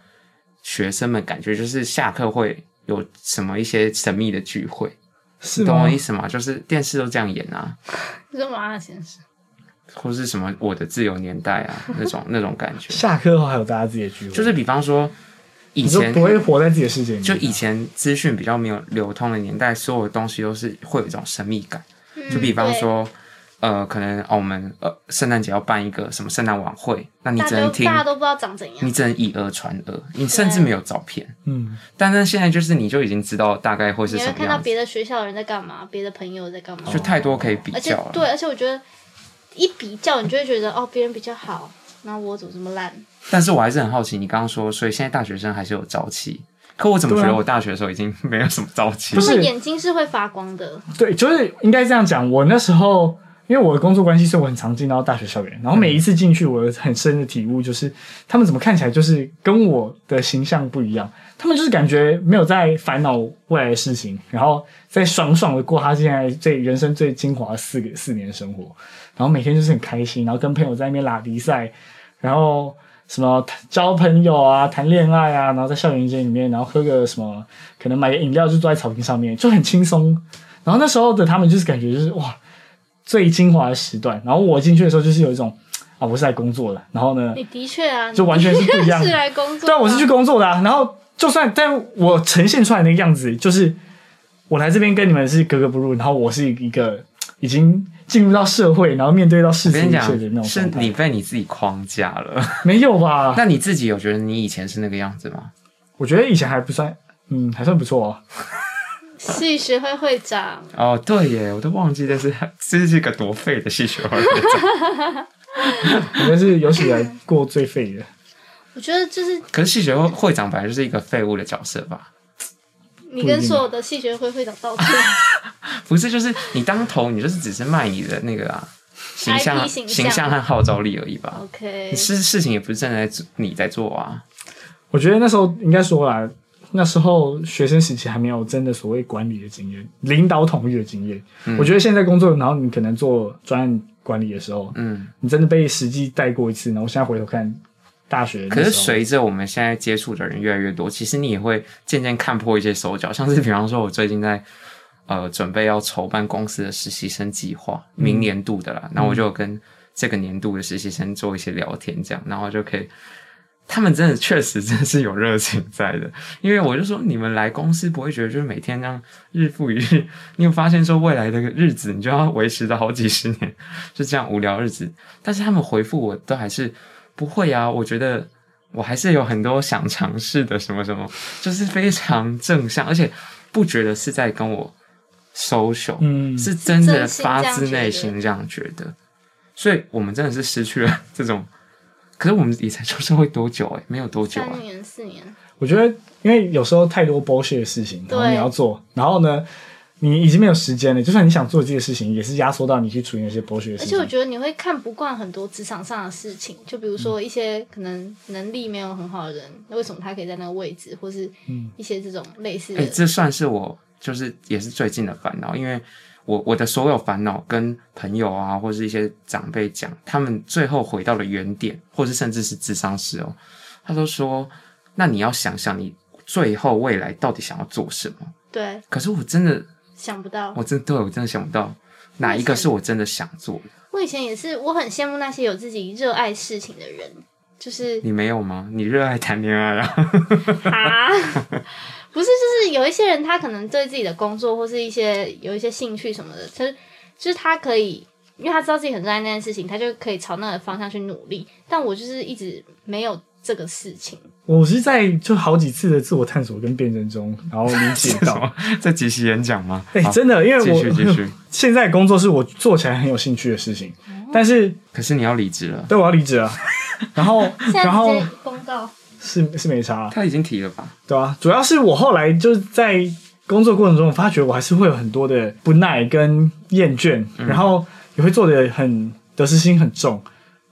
[SPEAKER 1] 学生们感觉就是下课会有什么一些神秘的聚会，
[SPEAKER 3] 是
[SPEAKER 1] 你懂
[SPEAKER 3] 吗
[SPEAKER 1] 我？意思吗？就是电视都这样演啊，
[SPEAKER 2] 你说麻辣先生，
[SPEAKER 1] 或是什么我的自由年代 啊那种那种感觉，
[SPEAKER 3] 下课后还有大家自己的聚会，
[SPEAKER 1] 就是比方说以
[SPEAKER 3] 你就
[SPEAKER 1] 前
[SPEAKER 3] 不会活在自己的世界里面。
[SPEAKER 1] 就以前资讯比较没有流通的年代，所有的东西都是会有一种神秘感。
[SPEAKER 2] 嗯
[SPEAKER 3] 嗯
[SPEAKER 1] 就比方说，呃，可能哦，我们呃，圣诞节要办一个什么圣诞晚会，那你
[SPEAKER 2] 对，大
[SPEAKER 1] 只
[SPEAKER 2] 家
[SPEAKER 1] 能
[SPEAKER 2] 都
[SPEAKER 1] 听
[SPEAKER 2] 大，家都不知道长怎
[SPEAKER 1] 你
[SPEAKER 2] 样，
[SPEAKER 1] 只能以讹传讹，你甚至没有照片。
[SPEAKER 3] 嗯，
[SPEAKER 1] 但是现在就是你就已经知道大概会是
[SPEAKER 2] 你
[SPEAKER 1] 什
[SPEAKER 2] 会
[SPEAKER 1] 么
[SPEAKER 2] 看到
[SPEAKER 1] 样子，
[SPEAKER 2] 别的学校的人在干嘛，别的朋友在干嘛，
[SPEAKER 1] 就太多可以比
[SPEAKER 2] 哦而且
[SPEAKER 1] 较啊了。
[SPEAKER 2] 对，而且我觉得一比较，你就会觉得哦，别人比较好，那我怎么这么烂？
[SPEAKER 1] 但是我还是很好奇，你刚刚说，所以现在大学生还是有朝气，可我怎么觉
[SPEAKER 3] 对
[SPEAKER 1] 得
[SPEAKER 3] 啊
[SPEAKER 1] 我大学的时候已经没有什么朝气
[SPEAKER 3] 不
[SPEAKER 1] 了？
[SPEAKER 3] 是
[SPEAKER 2] 他们眼睛是会发光的，
[SPEAKER 3] 对，就是应该这样讲。我那时候因为我的工作关系，所以我很常进到大学校园。然后每一次进去，我有很深的体悟就是，他们怎么看起来就是跟我的形象不一样。他们就是感觉没有在烦恼未来的事情，然后在爽爽的过他现在最人生最精华的四个四年的生活。然后每天就是很开心，然后跟朋友在那边拉比赛，然后什么交朋友啊、谈恋爱啊，然后在校园间里面，然后喝个什么，可能买个饮料就坐在草坪上面，就很轻松。然后那时候的他们就是感觉就是哇，最精华的时段。然后我进去的时候就是有一种啊，我是来工作的，然后呢
[SPEAKER 2] 你的确啊，
[SPEAKER 3] 就完全 是不一样
[SPEAKER 2] 你
[SPEAKER 3] 的
[SPEAKER 2] 是。来工作，
[SPEAKER 3] 对啊，我是去，工作的、啊。然后就算，但我呈现出来那个样子，就是我来这边跟你们是格格不入，然后我是一个嘖已经进入到社会，然后面对到世
[SPEAKER 1] 我
[SPEAKER 3] 俗
[SPEAKER 1] 跟
[SPEAKER 3] 一
[SPEAKER 1] 你
[SPEAKER 3] 切
[SPEAKER 1] 讲
[SPEAKER 3] 的那，种
[SPEAKER 1] 是
[SPEAKER 3] 状
[SPEAKER 1] 你
[SPEAKER 3] 态。
[SPEAKER 1] 被你自己框架了。
[SPEAKER 3] 没有吧？
[SPEAKER 1] 那你自己有觉得你以前是那个样子吗？
[SPEAKER 3] 我觉得以前还不算，嗯，还算不错哦。
[SPEAKER 2] 戏学会会长，
[SPEAKER 1] 哦，对耶，我都忘记这是这是一个多废的戏学会。
[SPEAKER 3] 我觉得是有史以来过最废的。
[SPEAKER 2] 我觉得就是
[SPEAKER 1] 可是戏学会会长本来就是一个废物的角色吧？
[SPEAKER 2] 你跟所有的戏学会会长道歉，
[SPEAKER 1] 不是，就是你当头，你就是只是卖你的那个啊形象啊、
[SPEAKER 2] IP 形象
[SPEAKER 1] 形象和号召力而已吧？
[SPEAKER 2] OK，
[SPEAKER 1] 你事事情也不是正在做，你在做啊。
[SPEAKER 3] 我觉得那时候应该说啦，那时候学生时期还没有真的所谓管理的经验、领导统御的经验。
[SPEAKER 1] 嗯
[SPEAKER 3] 我觉得现在工作，然后你可能做专案管理的时候，
[SPEAKER 1] 嗯，
[SPEAKER 3] 你真的被实际带过一次，然后现在回头看大学那时
[SPEAKER 1] 可是
[SPEAKER 3] 候，
[SPEAKER 1] 随着我们现在接触的人越来越多，其实你也会渐渐看破一些手脚。像是比方说，我最近在呃准备要筹办公司的实习生计划，
[SPEAKER 3] 嗯
[SPEAKER 1] 明年度的啦，然后我就有跟这个年度的实习生做一些聊天，这样，然后就可以。他们真的确实真的是有热情在的，因为我就说你们来公司不会觉得就是每天这样日复一日，你有发现说未来的日子你就要维持到好几十年，就这样无聊日子。但是他们回复我都还是不会啊，我觉得我还是有很多想尝试的什么什么，就是非常正向，而且不觉得是在跟我 social，、
[SPEAKER 3] 嗯，
[SPEAKER 1] 是真的
[SPEAKER 2] 真心
[SPEAKER 1] 发
[SPEAKER 2] 这样
[SPEAKER 1] 自
[SPEAKER 2] 觉
[SPEAKER 1] 内
[SPEAKER 2] 得
[SPEAKER 1] 心这样觉得。所以我们真的是失去了这种。可是我们也才出社会多久、欸？哎，没有多久啊
[SPEAKER 2] 三。年四年，
[SPEAKER 3] 我觉得，因为有时候太多 bullshit 的事情，然后
[SPEAKER 2] 对
[SPEAKER 3] 你要做，然后呢，你已经没有时间了。就算你想做这些事情，也是压缩到你去处理那些 bullshit 的
[SPEAKER 2] 而
[SPEAKER 3] 事
[SPEAKER 2] 且我
[SPEAKER 3] 情。
[SPEAKER 2] 觉得你会看不惯很多职场上的事情，就比如说一些可能能力没有很好的人，那为什么他可以在那个位置，或是
[SPEAKER 3] 嗯
[SPEAKER 2] 一些这种类似
[SPEAKER 1] 哎、
[SPEAKER 2] 的，
[SPEAKER 1] 这算是我就是也是最近的烦恼，因为我我的所有烦恼跟朋友啊，或是一些长辈讲，他们最后回到了原点，或是甚至是智商师哦，他都说，那你要想想你最后未来到底想要做什么。
[SPEAKER 2] 对，
[SPEAKER 1] 可是我真的，
[SPEAKER 2] 想不到。
[SPEAKER 1] 我真对我真的想不到哪一个是我真的想做的。
[SPEAKER 2] 我以前也是，我很羡慕那些有自己热爱事情的人，就是
[SPEAKER 1] 你没有吗？你热爱谈恋爱啊？
[SPEAKER 2] 啊，不是，就是有一些人他可能对自己的工作或是一些有一些兴趣什么的，就是就是他可以，因为他知道自己很热爱那件事情，他就可以朝那个方向去努力。但我就是一直没有这个事情，
[SPEAKER 3] 我是在就好几次的自我探索跟辩证中，然后理解
[SPEAKER 1] 什
[SPEAKER 3] 到，
[SPEAKER 1] 么？在即席演讲吗？
[SPEAKER 3] 哎、
[SPEAKER 1] 哦好
[SPEAKER 3] 真的，因为
[SPEAKER 1] 继续继
[SPEAKER 3] 我
[SPEAKER 1] 续。
[SPEAKER 3] 现在工作是我做起来很有兴趣的事情，但是
[SPEAKER 1] 可是你要离职了，
[SPEAKER 3] 对我要离职了，然后
[SPEAKER 2] 现在
[SPEAKER 3] 然
[SPEAKER 2] 直
[SPEAKER 3] 后
[SPEAKER 2] 接公告，
[SPEAKER 3] 是是没差啊、
[SPEAKER 1] 他已经提了吧？
[SPEAKER 3] 对啊，主要是我后来就是在工作过程中，我发觉我还是会有很多的不耐跟厌倦，然后也会做的很得失心很重，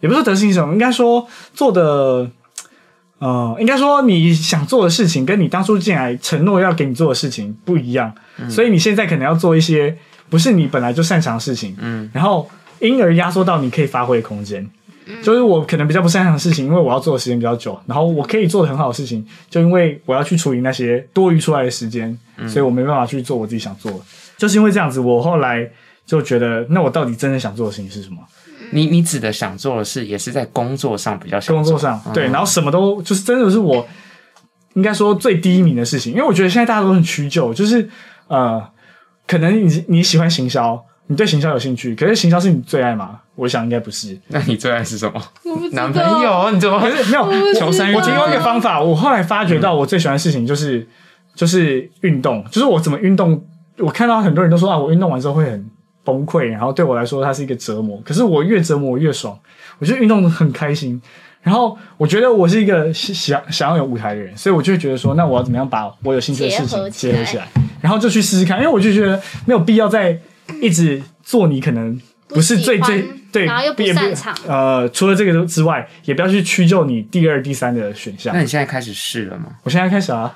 [SPEAKER 3] 也不是说得失心重，应该说做的。呃，应该说你想做的事情跟你当初进来承诺要给你做的事情不一样，所以你现在可能要做一些不是你本来就擅长的事情，
[SPEAKER 1] 嗯，
[SPEAKER 3] 然后因而压缩到你可以发挥的空间。就是我可能比较不擅长的事情，因为我要做的时间比较久，然后我可以做的很好的事情，就因为我要去处理那些多余出来的时间，所以我没办法去做我自己想做的。就是因为这样子，我后来就觉得，那我到底真的想做的事情是什么？
[SPEAKER 1] 你你指的想做的事，也是在工作上比较想
[SPEAKER 3] 工
[SPEAKER 1] 做
[SPEAKER 3] 作上对，然后什么都就是真的是我应该说最低迷的事情，因为我觉得现在大家都很屈就，就是呃，可能你你喜欢行销，你对行销有兴趣，可是行销是你最爱吗？我想应该不是，
[SPEAKER 1] 那你最爱是什么？
[SPEAKER 2] 我不知道
[SPEAKER 1] 男朋友？你怎么
[SPEAKER 3] 可是没有，
[SPEAKER 2] 不知道
[SPEAKER 1] 求生欲
[SPEAKER 3] 我
[SPEAKER 1] 极
[SPEAKER 3] 提供一个
[SPEAKER 1] 低？
[SPEAKER 3] 方法，我后来发觉到我最喜欢的事情就是、就是运动，就是我怎么运动。我看到很多人都说啊，我运动完之后会很崩溃，然后对我来说它是一个折磨。可是我越折磨我越爽，我觉得运动很开心。然后我觉得我是一个喜想想要有舞台的人，所以我就会觉得说，那我要怎么样把我有兴趣的事情
[SPEAKER 2] 结合起
[SPEAKER 3] 结
[SPEAKER 2] 来
[SPEAKER 3] 合起来，然后就去试试看，因为我就觉得没有必要再一直做你可能不是最
[SPEAKER 2] 不喜
[SPEAKER 3] 最
[SPEAKER 2] 欢
[SPEAKER 3] 对，
[SPEAKER 2] 然后又不
[SPEAKER 3] 也
[SPEAKER 2] 擅长
[SPEAKER 3] 呃，除了这个之外，也不要去屈就你第二、第三的选项
[SPEAKER 1] 那。你现在开始试了吗？
[SPEAKER 3] 我现在开始啊，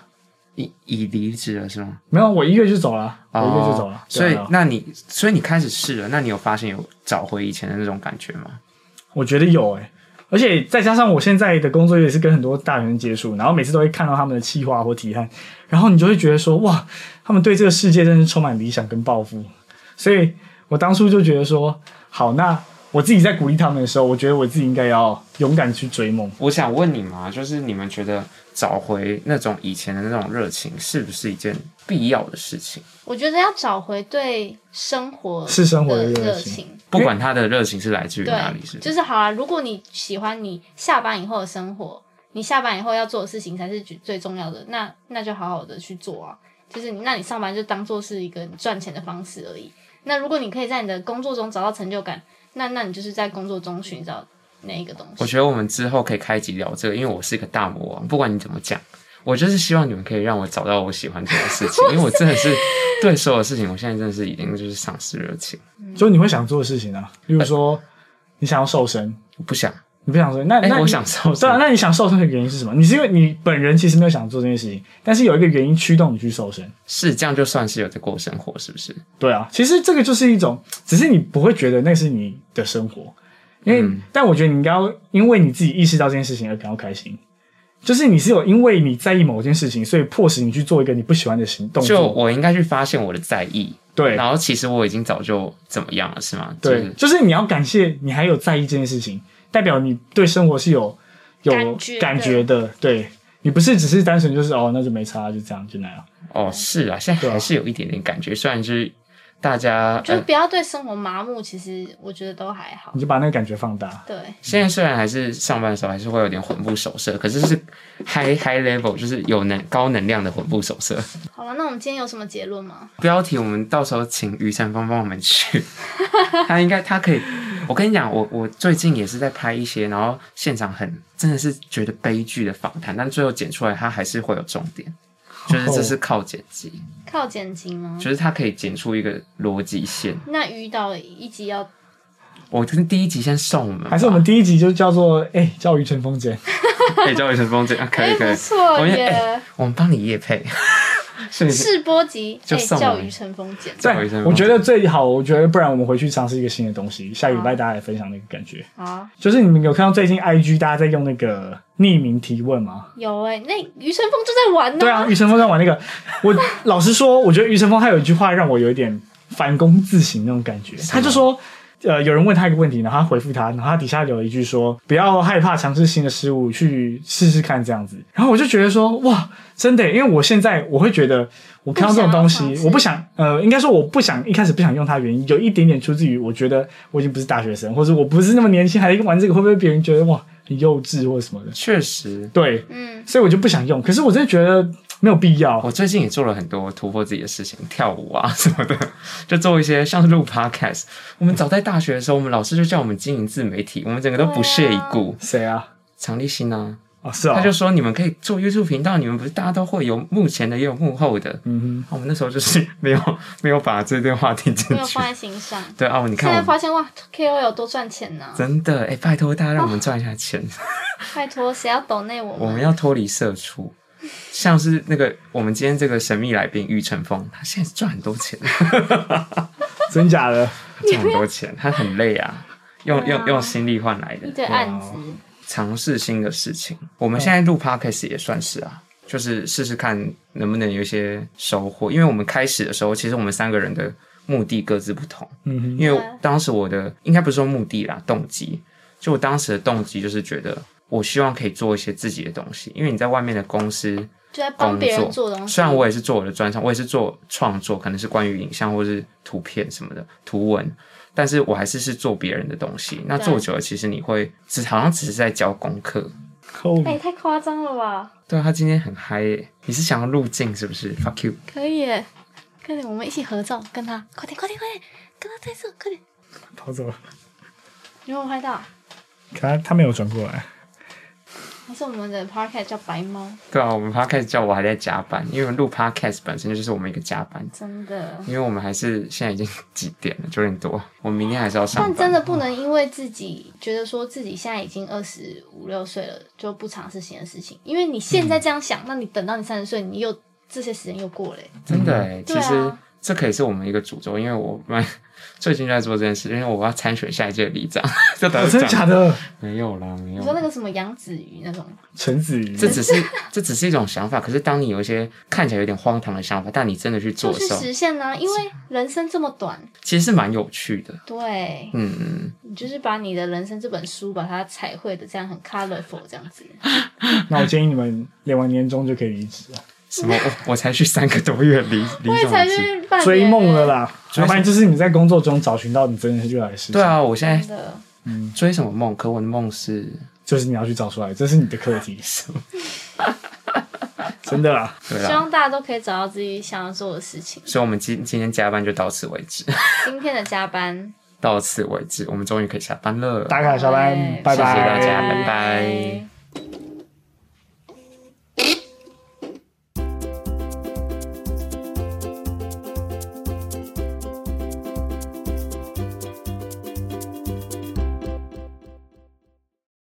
[SPEAKER 1] 已已离职了是吗？哦
[SPEAKER 3] 没有，我一月就走了，我一月就走了。对啊
[SPEAKER 1] 所以
[SPEAKER 3] 对啊
[SPEAKER 1] 那你所以你开始试了，那你有发现有找回以前的那种感觉吗？
[SPEAKER 3] 我觉得有诶、而且再加上我现在的工作也是跟很多大学生接触，然后每次都会看到他们的企划或提案，然后你就会觉得说，哇，他们对这个世界真是充满理想跟抱负。所以我当初就觉得说，好，那我自己在鼓励他们的时候，我觉得我自己应该要勇敢去追梦。
[SPEAKER 1] 我想问你嘛，就是你们觉得找回那种以前的那种热情，是不是一件必要的事情？
[SPEAKER 2] 我觉得要找回对生活
[SPEAKER 3] 是生活的
[SPEAKER 2] 的
[SPEAKER 3] 热
[SPEAKER 2] 热
[SPEAKER 3] 情
[SPEAKER 2] 情，
[SPEAKER 1] 不管他的热情是来自于哪里，是
[SPEAKER 2] 对，就是好啊。如果你喜欢你下班以后的生活，你下班以后要做的事情才是最最重要的，那那就好好的去做啊。就是你那你上班就当做是一个你赚钱的方式而已。那如果你可以在你的工作中找到成就感，那那你就是在工作中寻找那一个东
[SPEAKER 1] 我
[SPEAKER 2] 西。
[SPEAKER 1] 觉得我们之后可以开集聊这个，因为我是一个大魔王，不管你怎么讲，我就是希望你们可以让我找到我喜欢做的事情，因为我真的 是对所有事情，我现在真的是已经就是丧失热情，
[SPEAKER 3] 就你会想做的事情啊，例如说你想要瘦身，
[SPEAKER 1] 我不想。
[SPEAKER 3] 你不想瘦身，那
[SPEAKER 1] 哎、
[SPEAKER 3] 那你
[SPEAKER 1] 我想瘦
[SPEAKER 3] 对
[SPEAKER 1] 身
[SPEAKER 3] 啊，，那你想瘦身的原因是什么？你是因为你本人其实没有想做这件事情，但是有一个原因驱动你去瘦身。
[SPEAKER 1] 是这样就算是有在过生活，是不是？
[SPEAKER 3] 对啊，其实这个就是一种，只是你不会觉得那是你的生活，因为、
[SPEAKER 1] 嗯
[SPEAKER 3] 但我觉得你应该要因为你自己意识到这件事情而感到开心。就是你是有因为你在意某件事情，所以迫使你去做一个你不喜欢的行动
[SPEAKER 1] 就
[SPEAKER 3] 作。
[SPEAKER 1] 我应该去发现我的在意，
[SPEAKER 3] 对
[SPEAKER 1] 然后其实我已经早就怎么样了，是吗？
[SPEAKER 3] 对，就是你要感谢你还有在意这件事情，代表你对生活是有有
[SPEAKER 2] 感觉的
[SPEAKER 3] 感觉的。对你不是只是单纯就是哦，那就没差，就这样就那样。
[SPEAKER 1] 哦，是啊，现在
[SPEAKER 3] 对啊
[SPEAKER 1] 还是有一点点感觉，虽然就是大家
[SPEAKER 2] 就是
[SPEAKER 1] 呃，
[SPEAKER 2] 不要对生活麻木，其实我觉得都还好
[SPEAKER 1] 嗯
[SPEAKER 3] 你。就把那个感觉放大。
[SPEAKER 2] 对，
[SPEAKER 1] 现在虽然还是上班的时候还是会有点魂不守舍，可是是 high high level，就是有能高能量的魂不守舍。
[SPEAKER 2] 好啊了，那我们今天有什么结论吗？
[SPEAKER 1] 标题我们到时候请于晨芳帮我们去， 他应该他可以。我跟你讲，我我最近也是在拍一些，然后现场很真的是觉得悲剧的访谈，但最后剪出来它还是会有重点，就是这
[SPEAKER 3] 哦
[SPEAKER 1] 是靠剪辑，
[SPEAKER 2] 靠剪辑吗？
[SPEAKER 1] 就是它可以剪出一个逻辑线。
[SPEAKER 2] 那于导一集要
[SPEAKER 1] 我就是第一集先送我们吧，
[SPEAKER 3] 还是我们第一集就叫做哎、叫于晨风姐，
[SPEAKER 1] 可以叫于晨芳这样，啊可以可
[SPEAKER 2] 哎
[SPEAKER 1] 以
[SPEAKER 2] 不，错
[SPEAKER 1] 我们
[SPEAKER 2] 耶，
[SPEAKER 1] 哎我们帮你夜配，是 不是？
[SPEAKER 2] 试播集，
[SPEAKER 1] 就
[SPEAKER 2] 哎、
[SPEAKER 1] 送
[SPEAKER 2] 教
[SPEAKER 1] 了
[SPEAKER 2] 育乘风简。
[SPEAKER 1] 叫于晨风
[SPEAKER 3] 我觉得最好，我觉得不然我们回去尝试一个新的东西，下个礼拜
[SPEAKER 2] 好
[SPEAKER 3] 大家来分享那个感觉。
[SPEAKER 2] 好，
[SPEAKER 3] 就是你们有看到最近 IG 大家在用那个匿名提问吗？
[SPEAKER 2] 有哎、那余承风就在玩呢、
[SPEAKER 3] 对啊，，余承风在玩那个。我老实说，我觉得余承风他有一句话让我有一点反躬自省那种感觉。他就说，呃，有人问他一个问题，然后他回复他，然后他底下留了一句说，不要害怕尝试新的事物，去试试看这样子。然后我就觉得说，哇，真的耶，因为我现在我会觉得，我看到这种东
[SPEAKER 2] 不想要
[SPEAKER 3] 西
[SPEAKER 2] 尝，试
[SPEAKER 3] 我不想，呃，应该说我不想一开始不想用它，原因有一点点出自于我觉得我已经不是大学生，或者我不是那么年轻，还玩这个，会不会别人觉得哇很幼稚或者什么的？
[SPEAKER 1] 确实，
[SPEAKER 3] 对，
[SPEAKER 2] 嗯，
[SPEAKER 3] 所以我就不想用。可是我真的觉得嘖没有必要。
[SPEAKER 1] 我最近也做了很多突破自己的事情，跳舞啊什么的，就做一些像是录 podcast。我们早在大学的时候，我们老师就叫我们经营自媒体，我们整个都不屑一顾。
[SPEAKER 3] 谁啊？
[SPEAKER 1] 常立新啊，
[SPEAKER 3] 哦，是啊、
[SPEAKER 1] 他就说你们可以做 YouTube 频道，你们不是大家都会有幕前的也有幕后的。
[SPEAKER 3] 嗯
[SPEAKER 1] 啊我们那时候就是 没有没有把这对话听进
[SPEAKER 2] 没有
[SPEAKER 1] 去
[SPEAKER 2] 放。在心上。
[SPEAKER 1] 对啊，你
[SPEAKER 2] 现
[SPEAKER 1] 看
[SPEAKER 2] 在
[SPEAKER 1] 我们
[SPEAKER 2] 发现哇，KOL 多赚钱呢、
[SPEAKER 1] 真的哎、拜托大家让我们赚一下 钱。
[SPEAKER 2] 拜托，谁要抖内我
[SPEAKER 1] 我们
[SPEAKER 2] 们？
[SPEAKER 1] 要脱离社畜，像是那个我们今天这个神秘来宾玉成峰，他现在赚很多钱，
[SPEAKER 3] 哼，真假的？
[SPEAKER 1] 赚很多钱，他很累啊，用
[SPEAKER 2] 对啊
[SPEAKER 1] 用用心力换来
[SPEAKER 2] 一
[SPEAKER 1] 的。
[SPEAKER 2] 堆案子，
[SPEAKER 1] 尝试新的事情，我们现在录 podcast 也算是啊，就是试试看能不能有一些收获。因为我们开始的时候，其实我们三个人的目的各自不同，
[SPEAKER 3] 嗯哼，
[SPEAKER 1] 因为
[SPEAKER 2] 对啊
[SPEAKER 1] 当时我的应该不是说目的啦，动机，就我当时的动机就是觉得我希望可以做一些自己的东西，因为你在外面的公司。
[SPEAKER 2] 就在帮
[SPEAKER 1] 工
[SPEAKER 2] 别人做
[SPEAKER 1] 作。
[SPEAKER 2] 东西。
[SPEAKER 1] 虽然我也是做我的专长，我也是做创作，可能是关于影像或是图片什么的图文，但是我还是是做别人的东西。那
[SPEAKER 2] 对
[SPEAKER 1] 做久了，其实你会只好像只是在教功课。
[SPEAKER 3] 扣
[SPEAKER 2] 哎、太夸张了吧？
[SPEAKER 1] 对啊，他今天很嗨耶！你是想要入镜是不是？Fuck you！
[SPEAKER 2] 可以耶，快点，我们一起合照，跟他，快点，快点，快点，跟他对照，快点，
[SPEAKER 3] 跑走了。
[SPEAKER 2] 有没有拍到？
[SPEAKER 3] 可他他没有转过来。
[SPEAKER 2] 还是我们的 Parket 叫白猫，
[SPEAKER 1] 对啊，我们 podcast 叫我还在加班，因为录 podcast 本身就是我们一个加班，
[SPEAKER 2] 真的。
[SPEAKER 1] 因为我们还是现在已经几点了，九点多，我们明天还是要上班。
[SPEAKER 2] 但真的不能因为自己觉得说自己现在已经二十五六岁了，就不尝试新的事情，因为你现在这样想，那你等到你三十岁，你又这些时间又过了欸、
[SPEAKER 1] 真的哎、
[SPEAKER 2] 对
[SPEAKER 1] 其实
[SPEAKER 2] 啊
[SPEAKER 1] 这可以是我们一个诅咒，因为我们 最近就在做这件事，因为我要参选下一届的里长， 就等
[SPEAKER 3] 哦真的假
[SPEAKER 1] 长
[SPEAKER 3] 的？
[SPEAKER 1] 没有啦，没
[SPEAKER 2] 你
[SPEAKER 1] 有
[SPEAKER 2] 说。那个什么杨子瑜那种，
[SPEAKER 3] 陈子瑜，
[SPEAKER 1] 这只是 这只是一种想法，可是当你有一些看起来有点荒唐的想法，但你真的去做
[SPEAKER 2] 就
[SPEAKER 1] 的
[SPEAKER 2] 去
[SPEAKER 1] 时候，
[SPEAKER 2] 实现呢、因为人生这么短，
[SPEAKER 1] 其实是蛮有趣的。
[SPEAKER 2] 对
[SPEAKER 1] 嗯嗯，
[SPEAKER 2] 你就是把你的人生这本书把它彩绘的这样很 colorful 这样子。
[SPEAKER 3] 那我建议你们领完年终就可以离职了，
[SPEAKER 1] 什么？我我 才去三个多月离离
[SPEAKER 2] 我也
[SPEAKER 1] 总
[SPEAKER 2] 才
[SPEAKER 1] 职，
[SPEAKER 2] 去半年
[SPEAKER 3] 追梦了啦。
[SPEAKER 1] 追梦
[SPEAKER 3] 要不然就是你在工作中找寻到你真正热爱的事情，
[SPEAKER 1] 对，啊，我现
[SPEAKER 3] 哎
[SPEAKER 2] 欸，
[SPEAKER 1] 在
[SPEAKER 2] 真的。
[SPEAKER 1] 追什么梦？可我的梦是，
[SPEAKER 3] 就是你要去找出来，这是你的课 题。真的啦，
[SPEAKER 1] 对
[SPEAKER 2] 希
[SPEAKER 1] 啦，
[SPEAKER 2] 望大家都可以找到自己想要做的事情。
[SPEAKER 1] 所以我们今今天加班就到此为止，
[SPEAKER 2] 今天的加班，
[SPEAKER 1] 到此为止，我们终于可以下班了。
[SPEAKER 3] 打卡下班，
[SPEAKER 2] 对
[SPEAKER 3] 拜拜，
[SPEAKER 1] 谢谢大家拜拜